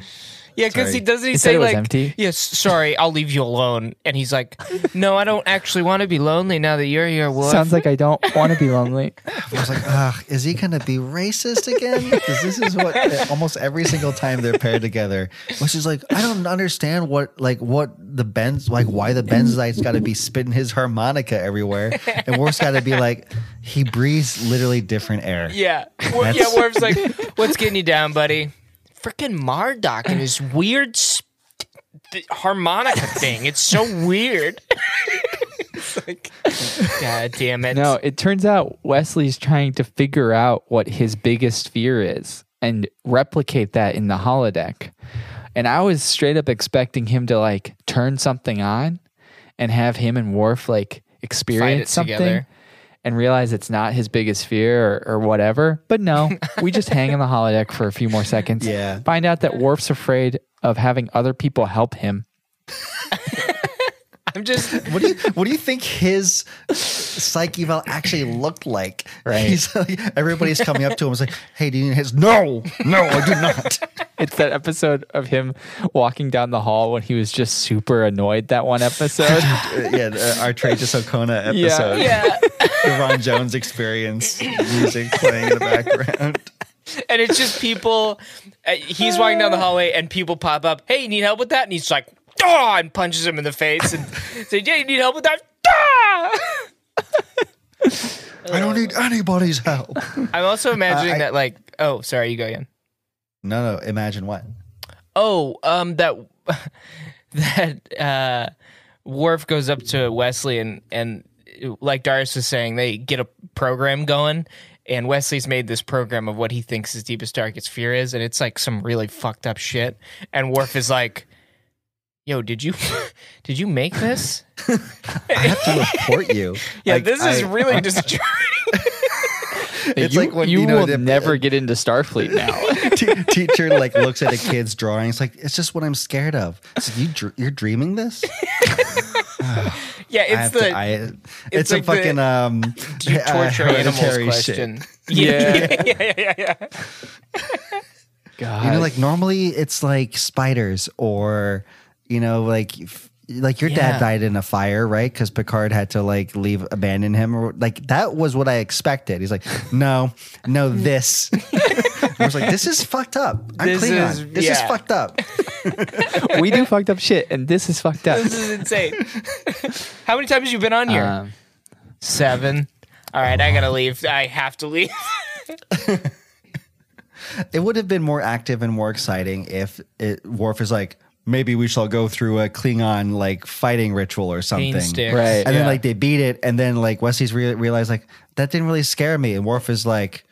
[SPEAKER 2] Yeah, because
[SPEAKER 1] Sorry.
[SPEAKER 2] he doesn't he,
[SPEAKER 3] He said
[SPEAKER 2] say
[SPEAKER 3] it was
[SPEAKER 2] like,
[SPEAKER 3] empty?
[SPEAKER 2] "Yes, sorry, I'll leave you alone," and he's like, "No, I don't actually want to be lonely now that you're here, Wolf."
[SPEAKER 3] Sounds like I don't want to be lonely.
[SPEAKER 1] I was like, ugh, is he going to be racist again? Because this is what eh, almost every single time they're paired together, which is like, I don't understand what, like, what the Benz, like, why the Benzite's got to be spitting his harmonica everywhere. And Worf's got to be like, he breathes literally different air.
[SPEAKER 2] yeah, Wor- yeah.
[SPEAKER 1] That's-
[SPEAKER 2] Worf's like, "What's getting you down, buddy?" Freaking Marduk and his weird sp- th- harmonica thing. It's so weird. it's like, God damn it!
[SPEAKER 3] No, it turns out Wesley's trying to figure out what his biggest fear is and replicate that in the holodeck. And I was straight up expecting him to like turn something on and have him and Worf like experience something
[SPEAKER 2] together.
[SPEAKER 3] and realize it's not his biggest fear or, or whatever. But no, we just hang in the holodeck for a few more seconds.
[SPEAKER 1] Yeah.
[SPEAKER 3] Find out that Worf's afraid of having other people help him.
[SPEAKER 2] I'm just
[SPEAKER 1] What do you what do you think his psyche eval actually looked like?
[SPEAKER 3] Right.
[SPEAKER 1] He's like, everybody's coming up to him. It's like, hey, do you need his? No, no, I do not.
[SPEAKER 3] It's that episode of him walking down the hall when he was just super annoyed that one episode.
[SPEAKER 1] Uh, yeah, uh, our trade to Socona
[SPEAKER 3] Yeah.
[SPEAKER 1] episode.
[SPEAKER 2] yeah.
[SPEAKER 1] the Ron Jones experience music playing in the background.
[SPEAKER 2] and it's just people. Uh, he's walking down the hallway, and people pop up. Hey, you need help with that? And he's like, "Ah!" and punches him in the face, and say, "Yeah, you need help with that?" Ah!
[SPEAKER 1] I don't need anybody's help.
[SPEAKER 2] I'm also imagining
[SPEAKER 1] Uh, I-
[SPEAKER 2] that, like, oh, sorry, you go again.
[SPEAKER 1] No, no. Imagine what?
[SPEAKER 2] Oh, um, that that uh, Worf goes up to Wesley, and and like Darius was saying, they get a program going. And Wesley's made this program of what he thinks his deepest, darkest fear is, and it's like some really fucked up shit. And Worf is like, "Yo, did you did you make this?
[SPEAKER 1] I have to report you.
[SPEAKER 2] Yeah,
[SPEAKER 1] Like,
[SPEAKER 2] this is
[SPEAKER 1] I-
[SPEAKER 2] really disturbing."
[SPEAKER 1] It's
[SPEAKER 3] you,
[SPEAKER 1] like when
[SPEAKER 3] you,
[SPEAKER 1] you know
[SPEAKER 3] will
[SPEAKER 1] the-
[SPEAKER 3] never get into Starfleet now.
[SPEAKER 1] T- teacher like looks at a kid's drawing. It's like it's just what I'm scared of. It's like, you dr- you're dreaming this.
[SPEAKER 2] yeah,
[SPEAKER 1] I
[SPEAKER 2] it's
[SPEAKER 1] have
[SPEAKER 2] the
[SPEAKER 1] to, I, it's, a
[SPEAKER 2] like the-
[SPEAKER 1] fucking um
[SPEAKER 2] do you
[SPEAKER 1] uh,
[SPEAKER 2] torture animals
[SPEAKER 1] hereditary
[SPEAKER 2] question. yeah,
[SPEAKER 3] Yeah.
[SPEAKER 2] yeah, yeah, yeah.
[SPEAKER 3] God.
[SPEAKER 1] You know, like normally it's like spiders or you know, like f- like your
[SPEAKER 2] Yeah.
[SPEAKER 1] dad died in a fire, right? Because Picard had to like leave, abandon him, or like that was what I expected. He's like, no, no, this. I was like, this is fucked up. I'm
[SPEAKER 2] This
[SPEAKER 1] Klingon.
[SPEAKER 2] is-
[SPEAKER 1] this is
[SPEAKER 2] yeah.
[SPEAKER 1] fucked up.
[SPEAKER 3] we do fucked up shit, and this is fucked up.
[SPEAKER 2] This is insane. How many times have you been on here?
[SPEAKER 3] Um,
[SPEAKER 2] Seven. All right, I gotta leave. I have to leave.
[SPEAKER 1] It would have been more active and more exciting if it, Worf is like, maybe we shall go through a Klingon like fighting ritual or something.
[SPEAKER 3] Right.
[SPEAKER 1] And then like they beat it, and then like Wesley's re- realized like that didn't really scare me, and Worf is like,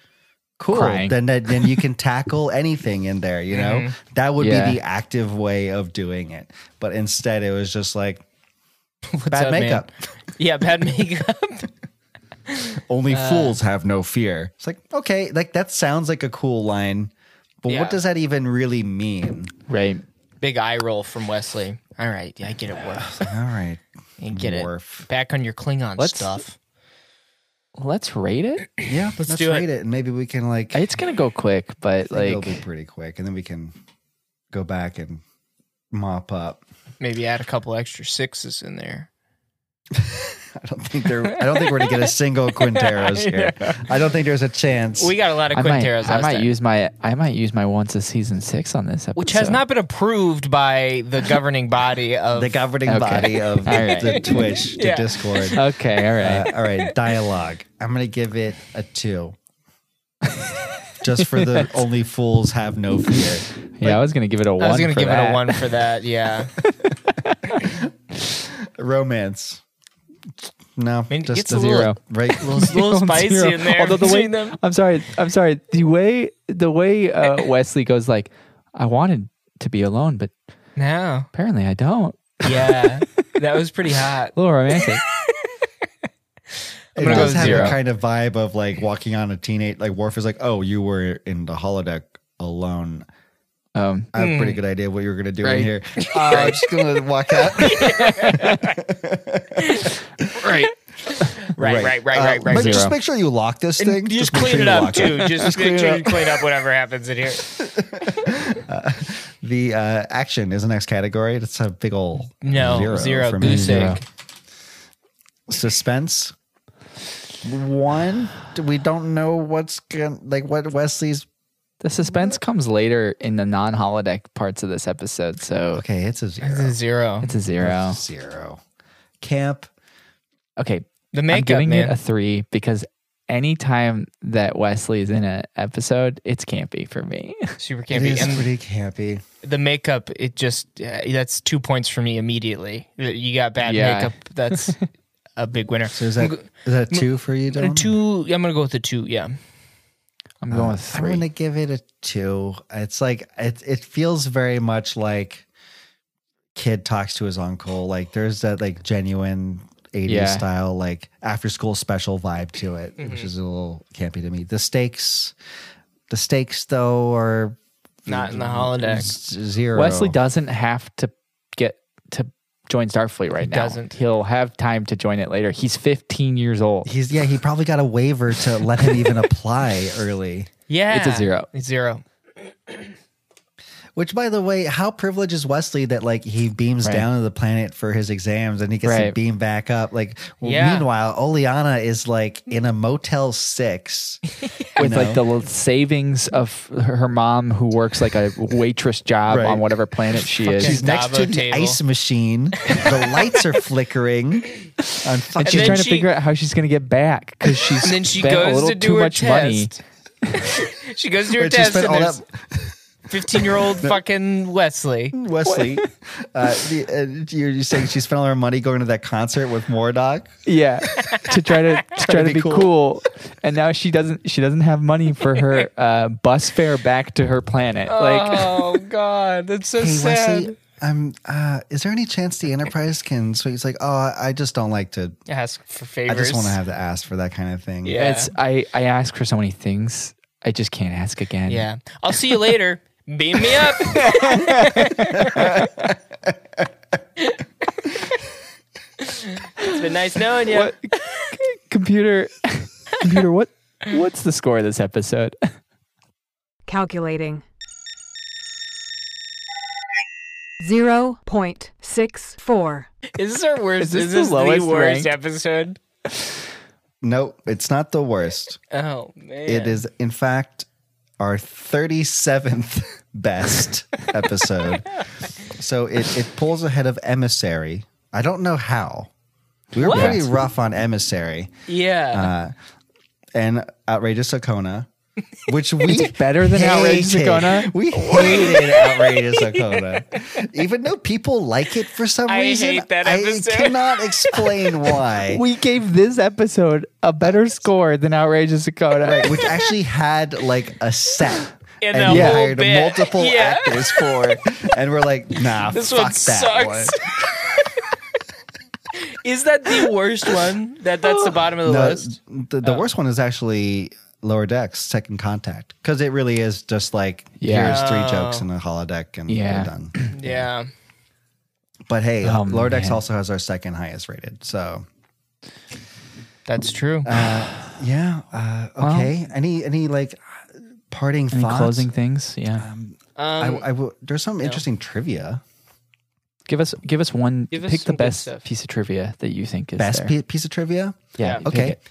[SPEAKER 1] "Cool,
[SPEAKER 3] Crying.
[SPEAKER 1] then that, then you can tackle anything in there." You know,
[SPEAKER 2] Mm-hmm.
[SPEAKER 1] that would
[SPEAKER 3] Yeah.
[SPEAKER 1] be the active way of doing it. But instead, it was just like bad
[SPEAKER 2] up, man?
[SPEAKER 1] makeup.
[SPEAKER 2] yeah, bad makeup.
[SPEAKER 1] Only
[SPEAKER 2] Uh,
[SPEAKER 1] fools have no fear. It's like okay, like that sounds like a cool line, but
[SPEAKER 2] Yeah.
[SPEAKER 1] what does that even really mean?
[SPEAKER 3] right.
[SPEAKER 2] Big eye roll from Wesley. All right, yeah, I get it, Worf.
[SPEAKER 1] All right,
[SPEAKER 2] You get
[SPEAKER 1] Worf.
[SPEAKER 2] it. Back on your Klingon
[SPEAKER 3] Let's-
[SPEAKER 2] stuff.
[SPEAKER 3] Let's rate it.
[SPEAKER 1] yeah, let's,
[SPEAKER 2] do it.
[SPEAKER 1] rate it, and maybe we can like
[SPEAKER 3] It's gonna go quick, but
[SPEAKER 1] I think it'll
[SPEAKER 3] like,
[SPEAKER 1] be pretty quick, and then we can go back and mop up.
[SPEAKER 2] Maybe add a couple extra sixes in there.
[SPEAKER 1] I don't think they're. I don't think we're gonna get a single Quinteros here. I don't think there's a chance.
[SPEAKER 2] We got a lot of
[SPEAKER 3] I might,
[SPEAKER 2] Quinteros.
[SPEAKER 3] I
[SPEAKER 2] last
[SPEAKER 3] might
[SPEAKER 2] time,
[SPEAKER 3] use my, I might use my once a season six on this episode,
[SPEAKER 2] which has not been approved by the governing body of
[SPEAKER 1] the governing
[SPEAKER 3] Okay.
[SPEAKER 1] body of the,
[SPEAKER 3] All right.
[SPEAKER 1] the Twitch, the
[SPEAKER 2] Yeah.
[SPEAKER 1] Discord.
[SPEAKER 3] Okay, all
[SPEAKER 1] Uh,
[SPEAKER 3] right.
[SPEAKER 1] all right, dialogue. I'm gonna give it a two. Just for the only fools have no fear.
[SPEAKER 3] yeah, I was gonna give it a one.
[SPEAKER 2] I was gonna
[SPEAKER 3] for
[SPEAKER 2] give it
[SPEAKER 3] that.
[SPEAKER 2] a one for that. Yeah, I
[SPEAKER 1] Romance. No,
[SPEAKER 2] mean, it
[SPEAKER 1] just
[SPEAKER 2] gets
[SPEAKER 1] a
[SPEAKER 2] a little-
[SPEAKER 1] zero. Right.
[SPEAKER 2] It's a little spicy
[SPEAKER 3] Oh, Zero.
[SPEAKER 2] in there
[SPEAKER 3] Although the way,
[SPEAKER 2] between them.
[SPEAKER 3] I'm sorry, I'm sorry. The way, the way uh, Wesley goes, like, I wanted to be alone, but
[SPEAKER 2] No.
[SPEAKER 3] apparently I don't.
[SPEAKER 2] Yeah, that was pretty hot.
[SPEAKER 3] A little romantic.
[SPEAKER 1] It
[SPEAKER 2] gonna go
[SPEAKER 1] does have
[SPEAKER 2] zero.
[SPEAKER 1] a kind of vibe of like walking on a teenage. Like Worf is like, "Oh, you were in the holodeck alone."
[SPEAKER 3] Um,
[SPEAKER 1] I have a
[SPEAKER 2] Hmm.
[SPEAKER 1] pretty good idea what you were gonna do
[SPEAKER 3] Right.
[SPEAKER 1] in here. Uh, I'm just gonna walk out.
[SPEAKER 2] Right. Right, right, right, right,
[SPEAKER 1] Uh,
[SPEAKER 2] right.
[SPEAKER 1] But just
[SPEAKER 3] Zero.
[SPEAKER 1] make sure you lock this
[SPEAKER 2] And
[SPEAKER 1] thing.
[SPEAKER 2] you just
[SPEAKER 1] make
[SPEAKER 2] clean
[SPEAKER 1] sure
[SPEAKER 2] it
[SPEAKER 1] you
[SPEAKER 2] up
[SPEAKER 1] lock it.
[SPEAKER 2] too. Just, make sure you clean up whatever happens in here.
[SPEAKER 1] The uh, action is the next category. That's a big old
[SPEAKER 2] No,
[SPEAKER 1] zero,
[SPEAKER 2] zero,
[SPEAKER 1] for me.
[SPEAKER 2] goose egg.
[SPEAKER 1] Suspense. One, we don't know what's going to like what Wesley's.
[SPEAKER 3] The suspense comes later in the non holodeck parts of this episode, so
[SPEAKER 1] Okay, it's a zero.
[SPEAKER 2] It's a zero.
[SPEAKER 3] it's a zero.
[SPEAKER 1] Zero. Camp.
[SPEAKER 3] Okay,
[SPEAKER 2] The
[SPEAKER 3] I'm
[SPEAKER 2] makeup
[SPEAKER 3] giving
[SPEAKER 2] man.
[SPEAKER 3] it a three because anytime that Wesley is in an episode, it's campy for me.
[SPEAKER 2] super
[SPEAKER 1] It
[SPEAKER 2] campy.
[SPEAKER 1] is
[SPEAKER 2] And
[SPEAKER 1] pretty campy.
[SPEAKER 2] the makeup, it just uh, that's two points for me immediately. You got bad
[SPEAKER 3] Yeah.
[SPEAKER 2] makeup. That's a big winner. uh,
[SPEAKER 1] So is that is that a two for you, Dylan?
[SPEAKER 2] two? I'm gonna go with the two. Yeah.
[SPEAKER 3] I'm going with three.
[SPEAKER 1] I'm gonna give it a two. It's like it. It feels very much like kid talks to his uncle. Like there's that like genuine 80s
[SPEAKER 3] Yeah. Mm-hmm.
[SPEAKER 1] style like after school special vibe to it, which is a little campy to me. The stakes, the stakes though are
[SPEAKER 2] Not in the holodeck.
[SPEAKER 1] z- zero.
[SPEAKER 3] Wesley doesn't have to get to join Starfleet right now.
[SPEAKER 2] doesn't.
[SPEAKER 3] He'll have time to join it later. He's 15 years old.
[SPEAKER 1] He's yeah. He probably got a waiver to let him even apply early.
[SPEAKER 2] Yeah.
[SPEAKER 3] It's a zero.
[SPEAKER 2] It's zero.
[SPEAKER 1] Which, by the way, how privileged is Wesley that like he beams
[SPEAKER 3] Right.
[SPEAKER 1] down to the planet for his exams and he gets to
[SPEAKER 3] Right.
[SPEAKER 1] beam back up? Like, well,
[SPEAKER 2] Yeah.
[SPEAKER 1] meanwhile, Oleana is like in a Motel Six.
[SPEAKER 3] With like the little savings of her mom, who works like a waitress job
[SPEAKER 1] Right.
[SPEAKER 3] on whatever planet she is.
[SPEAKER 1] She's next to
[SPEAKER 2] Gestapo
[SPEAKER 1] the
[SPEAKER 2] table.
[SPEAKER 1] ice machine. The lights are flickering. I'm
[SPEAKER 3] and
[SPEAKER 1] fucking
[SPEAKER 3] she's
[SPEAKER 2] then
[SPEAKER 3] trying to
[SPEAKER 2] she-
[SPEAKER 3] figure out how she's going to get back because she's
[SPEAKER 2] And then she
[SPEAKER 3] spent a
[SPEAKER 2] goes
[SPEAKER 3] little
[SPEAKER 2] to do
[SPEAKER 3] too
[SPEAKER 2] her
[SPEAKER 3] much money.
[SPEAKER 2] test. she goes to her
[SPEAKER 1] But she
[SPEAKER 2] test
[SPEAKER 1] spent
[SPEAKER 2] and
[SPEAKER 1] all
[SPEAKER 2] there's
[SPEAKER 1] that
[SPEAKER 2] 15 year old fucking Wesley.
[SPEAKER 1] Wesley. Uh, the, uh, you're, you're saying she spent all her money going to that concert with Mordock.
[SPEAKER 3] Yeah, to try to, to try to be cool. and now she doesn't. She doesn't have money for her uh, bus fare back to her planet. Like,
[SPEAKER 2] oh God, that's so
[SPEAKER 1] Hey
[SPEAKER 2] sad.
[SPEAKER 1] Wesley, I'm. Uh, is there any chance the Enterprise can? So he's like, oh, I I just don't like to.
[SPEAKER 2] Ask for
[SPEAKER 1] I
[SPEAKER 2] favors.
[SPEAKER 1] just want to have to ask for that kind of thing.
[SPEAKER 2] Yeah.
[SPEAKER 3] it's I. I ask for so many things. I just can't ask again.
[SPEAKER 2] Yeah. I'll see you later. Beam me up. it's been nice knowing you.
[SPEAKER 3] What computer? computer, what? What's the score of this episode?
[SPEAKER 8] Calculating. 0.64.
[SPEAKER 2] Is this our worst?
[SPEAKER 3] Is this
[SPEAKER 2] is
[SPEAKER 3] the
[SPEAKER 2] this
[SPEAKER 3] lowest
[SPEAKER 2] worst
[SPEAKER 3] ranked?
[SPEAKER 2] episode?
[SPEAKER 1] No, it's not the worst.
[SPEAKER 2] Oh man.
[SPEAKER 1] It is, in fact, our 37th best episode. so it, it pulls ahead of Emissary. I don't know how. We were
[SPEAKER 2] What?
[SPEAKER 1] pretty rough on Emissary Uh,
[SPEAKER 2] Yeah.
[SPEAKER 1] and Outrageous Okona, which we
[SPEAKER 3] better than Outrageous
[SPEAKER 1] hated.
[SPEAKER 3] Okona?
[SPEAKER 1] We hated Outrageous Okona. Even though people like it for some
[SPEAKER 2] I
[SPEAKER 1] reason,
[SPEAKER 2] hate that episode.
[SPEAKER 1] I cannot explain why.
[SPEAKER 3] We gave this episode a better score than Outrageous Dakota.
[SPEAKER 1] Right, which actually had like a set.
[SPEAKER 2] And
[SPEAKER 1] and
[SPEAKER 2] a
[SPEAKER 1] we
[SPEAKER 2] whole
[SPEAKER 1] hired
[SPEAKER 2] bit.
[SPEAKER 1] multiple
[SPEAKER 2] Yeah.
[SPEAKER 1] actors for, and we're like, nah,
[SPEAKER 2] This
[SPEAKER 1] fuck
[SPEAKER 2] one
[SPEAKER 1] that
[SPEAKER 2] sucks. is that the worst one? That that's the bottom of the
[SPEAKER 1] one. No,
[SPEAKER 2] list.
[SPEAKER 1] the,
[SPEAKER 2] Oh.
[SPEAKER 1] the worst one is actually Lower Decks Second Contact because it really is just like
[SPEAKER 3] Yeah.
[SPEAKER 1] here's
[SPEAKER 2] Oh.
[SPEAKER 1] three jokes in a holodeck and
[SPEAKER 3] Yeah.
[SPEAKER 1] we're done.
[SPEAKER 2] Yeah.
[SPEAKER 1] But hey,
[SPEAKER 3] Oh,
[SPEAKER 1] Lower Decks
[SPEAKER 3] man.
[SPEAKER 1] also has our second highest rated. So
[SPEAKER 2] That's true.
[SPEAKER 1] Uh, yeah, uh, okay. any any like parting
[SPEAKER 3] Any
[SPEAKER 1] thoughts?
[SPEAKER 3] closing things? Yeah.
[SPEAKER 1] I,
[SPEAKER 2] Um,
[SPEAKER 1] I will- there's some interesting trivia.
[SPEAKER 3] give us give us one.
[SPEAKER 2] Give us
[SPEAKER 3] pick the
[SPEAKER 2] some good
[SPEAKER 3] best
[SPEAKER 2] stuff.
[SPEAKER 3] piece of trivia that you think is
[SPEAKER 1] Best
[SPEAKER 3] there.
[SPEAKER 1] pi- piece of trivia.
[SPEAKER 3] yeah. pick
[SPEAKER 1] Okay.
[SPEAKER 3] it.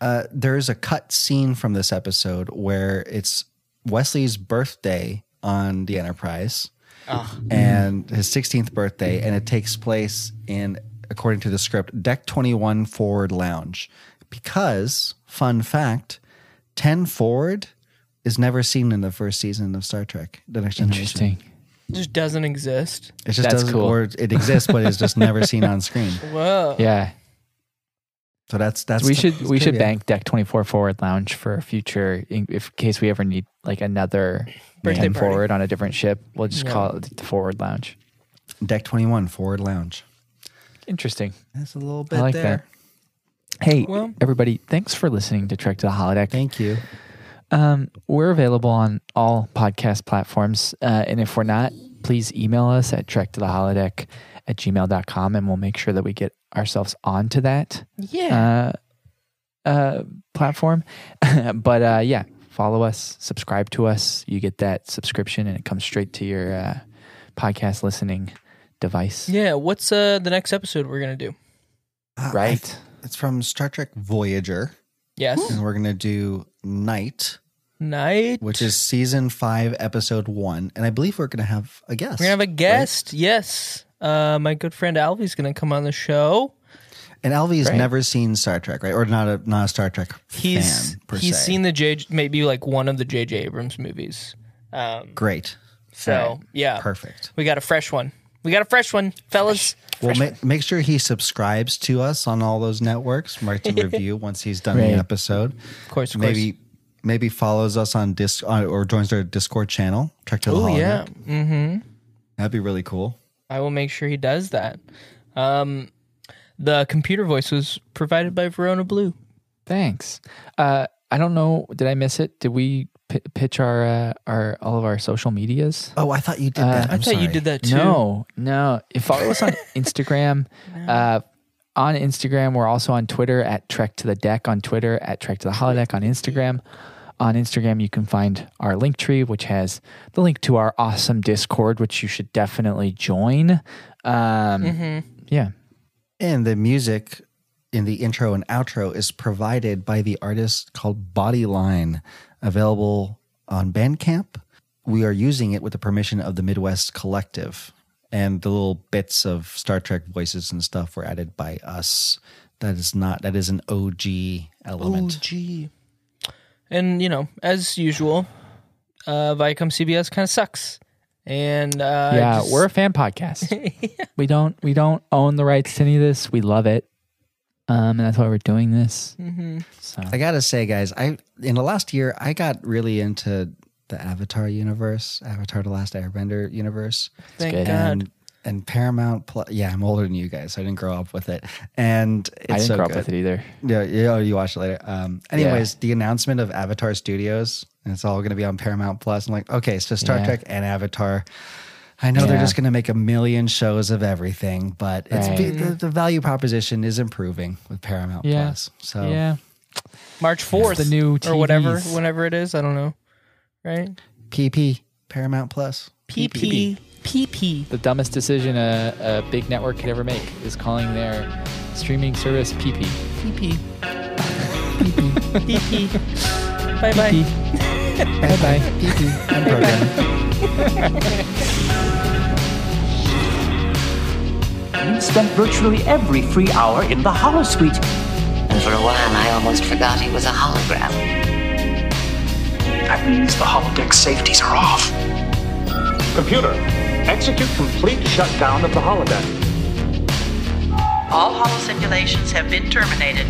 [SPEAKER 1] Uh, there's a cut scene from this episode where it's Wesley's birthday on the Enterprise
[SPEAKER 3] Ah.
[SPEAKER 1] and his 16th birthday, and it takes place in, according to the script, Deck 21 Forward Lounge. Because, fun fact, 10 Forward is never seen in the first season of Star Trek, The Next Generation.
[SPEAKER 3] Interesting.
[SPEAKER 2] It just doesn't exist.
[SPEAKER 1] It just
[SPEAKER 3] That's
[SPEAKER 1] doesn't,
[SPEAKER 3] cool.
[SPEAKER 1] or it exists, but it's just never seen on screen.
[SPEAKER 2] Whoa.
[SPEAKER 3] Yeah.
[SPEAKER 1] So that's, that's,
[SPEAKER 3] we
[SPEAKER 1] the-
[SPEAKER 3] should we should
[SPEAKER 1] trivia.
[SPEAKER 3] bank deck 24 forward lounge for a future in, if in case we ever need like another
[SPEAKER 2] Birthday
[SPEAKER 3] 10
[SPEAKER 2] party.
[SPEAKER 3] forward on a different ship we'll just call it the forward lounge
[SPEAKER 1] Deck 21 Forward Lounge.
[SPEAKER 3] interesting
[SPEAKER 1] That's a little bit
[SPEAKER 3] i like
[SPEAKER 1] there.
[SPEAKER 3] that hey
[SPEAKER 2] Well-
[SPEAKER 3] everybody thanks for listening to trek to the holodeck
[SPEAKER 1] Thank you.
[SPEAKER 3] um, we're available on all podcast platforms uh, and if we're not please email us at trek to the holodeck at gmail.com and we'll make sure that we get ourselves onto that
[SPEAKER 2] Yeah.
[SPEAKER 3] uh, platform. but uh, yeah, follow us, subscribe to us. You get that subscription, and it comes straight to your uh, podcast listening device.
[SPEAKER 2] Yeah, what's uh the next episode we're gonna do?
[SPEAKER 1] Uh,
[SPEAKER 3] Right.
[SPEAKER 1] It's from Star Trek Voyager,
[SPEAKER 2] Yes,
[SPEAKER 1] and we're gonna do Night,
[SPEAKER 2] night.
[SPEAKER 1] which is season five, episode one, and I believe we're gonna have a guest.
[SPEAKER 2] we're gonna have a guest. Yes, uh, my good friend Alvy's gonna come on the show.
[SPEAKER 1] And Alvy's
[SPEAKER 3] Right.
[SPEAKER 1] never seen Star Trek, right? Or not a not a Star Trek
[SPEAKER 2] He's
[SPEAKER 1] fan per
[SPEAKER 2] he's
[SPEAKER 1] se.
[SPEAKER 2] seen the J maybe like one of the J.J. Abrams movies. Um,
[SPEAKER 1] Great.
[SPEAKER 2] so
[SPEAKER 1] All right.
[SPEAKER 2] yeah,
[SPEAKER 1] Perfect.
[SPEAKER 2] We got a fresh one. We got a fresh one, fellas.
[SPEAKER 1] Well, ma- make sure he subscribes to us on all those networks. Mark to review once he's done
[SPEAKER 3] Right.
[SPEAKER 1] the episode.
[SPEAKER 2] Of course, of course.
[SPEAKER 1] Maybe maybe follows us on disc uh, or joins our Discord channel. Trek to the
[SPEAKER 2] Oh
[SPEAKER 1] Holodeck.
[SPEAKER 2] yeah,
[SPEAKER 1] that'd be really cool.
[SPEAKER 2] I will make sure he does that. Um, the computer voice was provided by Verona Blue.
[SPEAKER 3] Thanks. Uh, I don't know. Did I miss it? Did we p- pitch our uh, our all of our social medias?
[SPEAKER 1] Oh, I thought you did that.
[SPEAKER 2] Uh, i
[SPEAKER 1] I'm
[SPEAKER 2] thought you
[SPEAKER 1] sorry.
[SPEAKER 2] did that too.
[SPEAKER 3] No, no. If follow us on Instagram. uh, on Instagram, we're also on Twitter at Trek to the Deck. On Twitter at Trek to the Holodeck. On Instagram, on Instagram, you can find our link tree, which has the link to our awesome Discord, which you should definitely join. Um, Yeah,
[SPEAKER 1] And the music in the intro and outro is provided by the artist called Bodyline, available on Bandcamp. We are using it with the permission of the Midwest Collective. And the little bits of Star Trek voices and stuff were added by us. That is not, that is an OG element.
[SPEAKER 2] gee. And you know, as usual, uh, Viacom CBS kind of sucks. And uh,
[SPEAKER 3] yeah.
[SPEAKER 2] just-
[SPEAKER 3] We're a fan podcast. We don't we don't own the rights to any of this. We love it, um, and that's why we're doing this.
[SPEAKER 1] I gotta say, guys, I in the last year I got really into the Avatar universe, Avatar: The Last Airbender universe.
[SPEAKER 2] thank
[SPEAKER 3] good.
[SPEAKER 2] God.
[SPEAKER 1] and and Paramount Plus. Yeah, I'm older than you guys. So I didn't grow up with it, and it's
[SPEAKER 3] I didn't
[SPEAKER 1] so
[SPEAKER 3] grow
[SPEAKER 1] good.
[SPEAKER 3] up with it either.
[SPEAKER 1] Yeah, yeah, oh, you watch it later. Um, anyways, the announcement of Avatar Studios, and it's all going to be on Paramount Plus. I'm like, okay, so Star
[SPEAKER 3] Yeah.
[SPEAKER 1] Trek and Avatar. I know they're
[SPEAKER 3] Yeah.
[SPEAKER 1] just going to make a million shows of everything, but it's
[SPEAKER 3] Right.
[SPEAKER 1] the, the value proposition is improving with Paramount
[SPEAKER 3] Yeah.
[SPEAKER 1] Plus. So
[SPEAKER 3] Yeah,
[SPEAKER 2] March fourth,
[SPEAKER 3] the new
[SPEAKER 2] or whatever,
[SPEAKER 3] TVs.
[SPEAKER 2] whenever it is, I don't know. Right?
[SPEAKER 1] PP Paramount Plus.
[SPEAKER 2] PP PP.
[SPEAKER 3] the dumbest decision a, a big network could ever make is calling their streaming service PP.
[SPEAKER 2] PP. PP. Bye bye.
[SPEAKER 3] Bye bye.
[SPEAKER 1] PP. I'm programming.
[SPEAKER 9] You've spent virtually every free hour in the holosuite.
[SPEAKER 7] And for a while, I almost forgot he was a hologram.
[SPEAKER 6] That means the holodeck safeties are off.
[SPEAKER 4] Computer, execute complete shutdown of the holodeck.
[SPEAKER 9] All holo simulations have been terminated.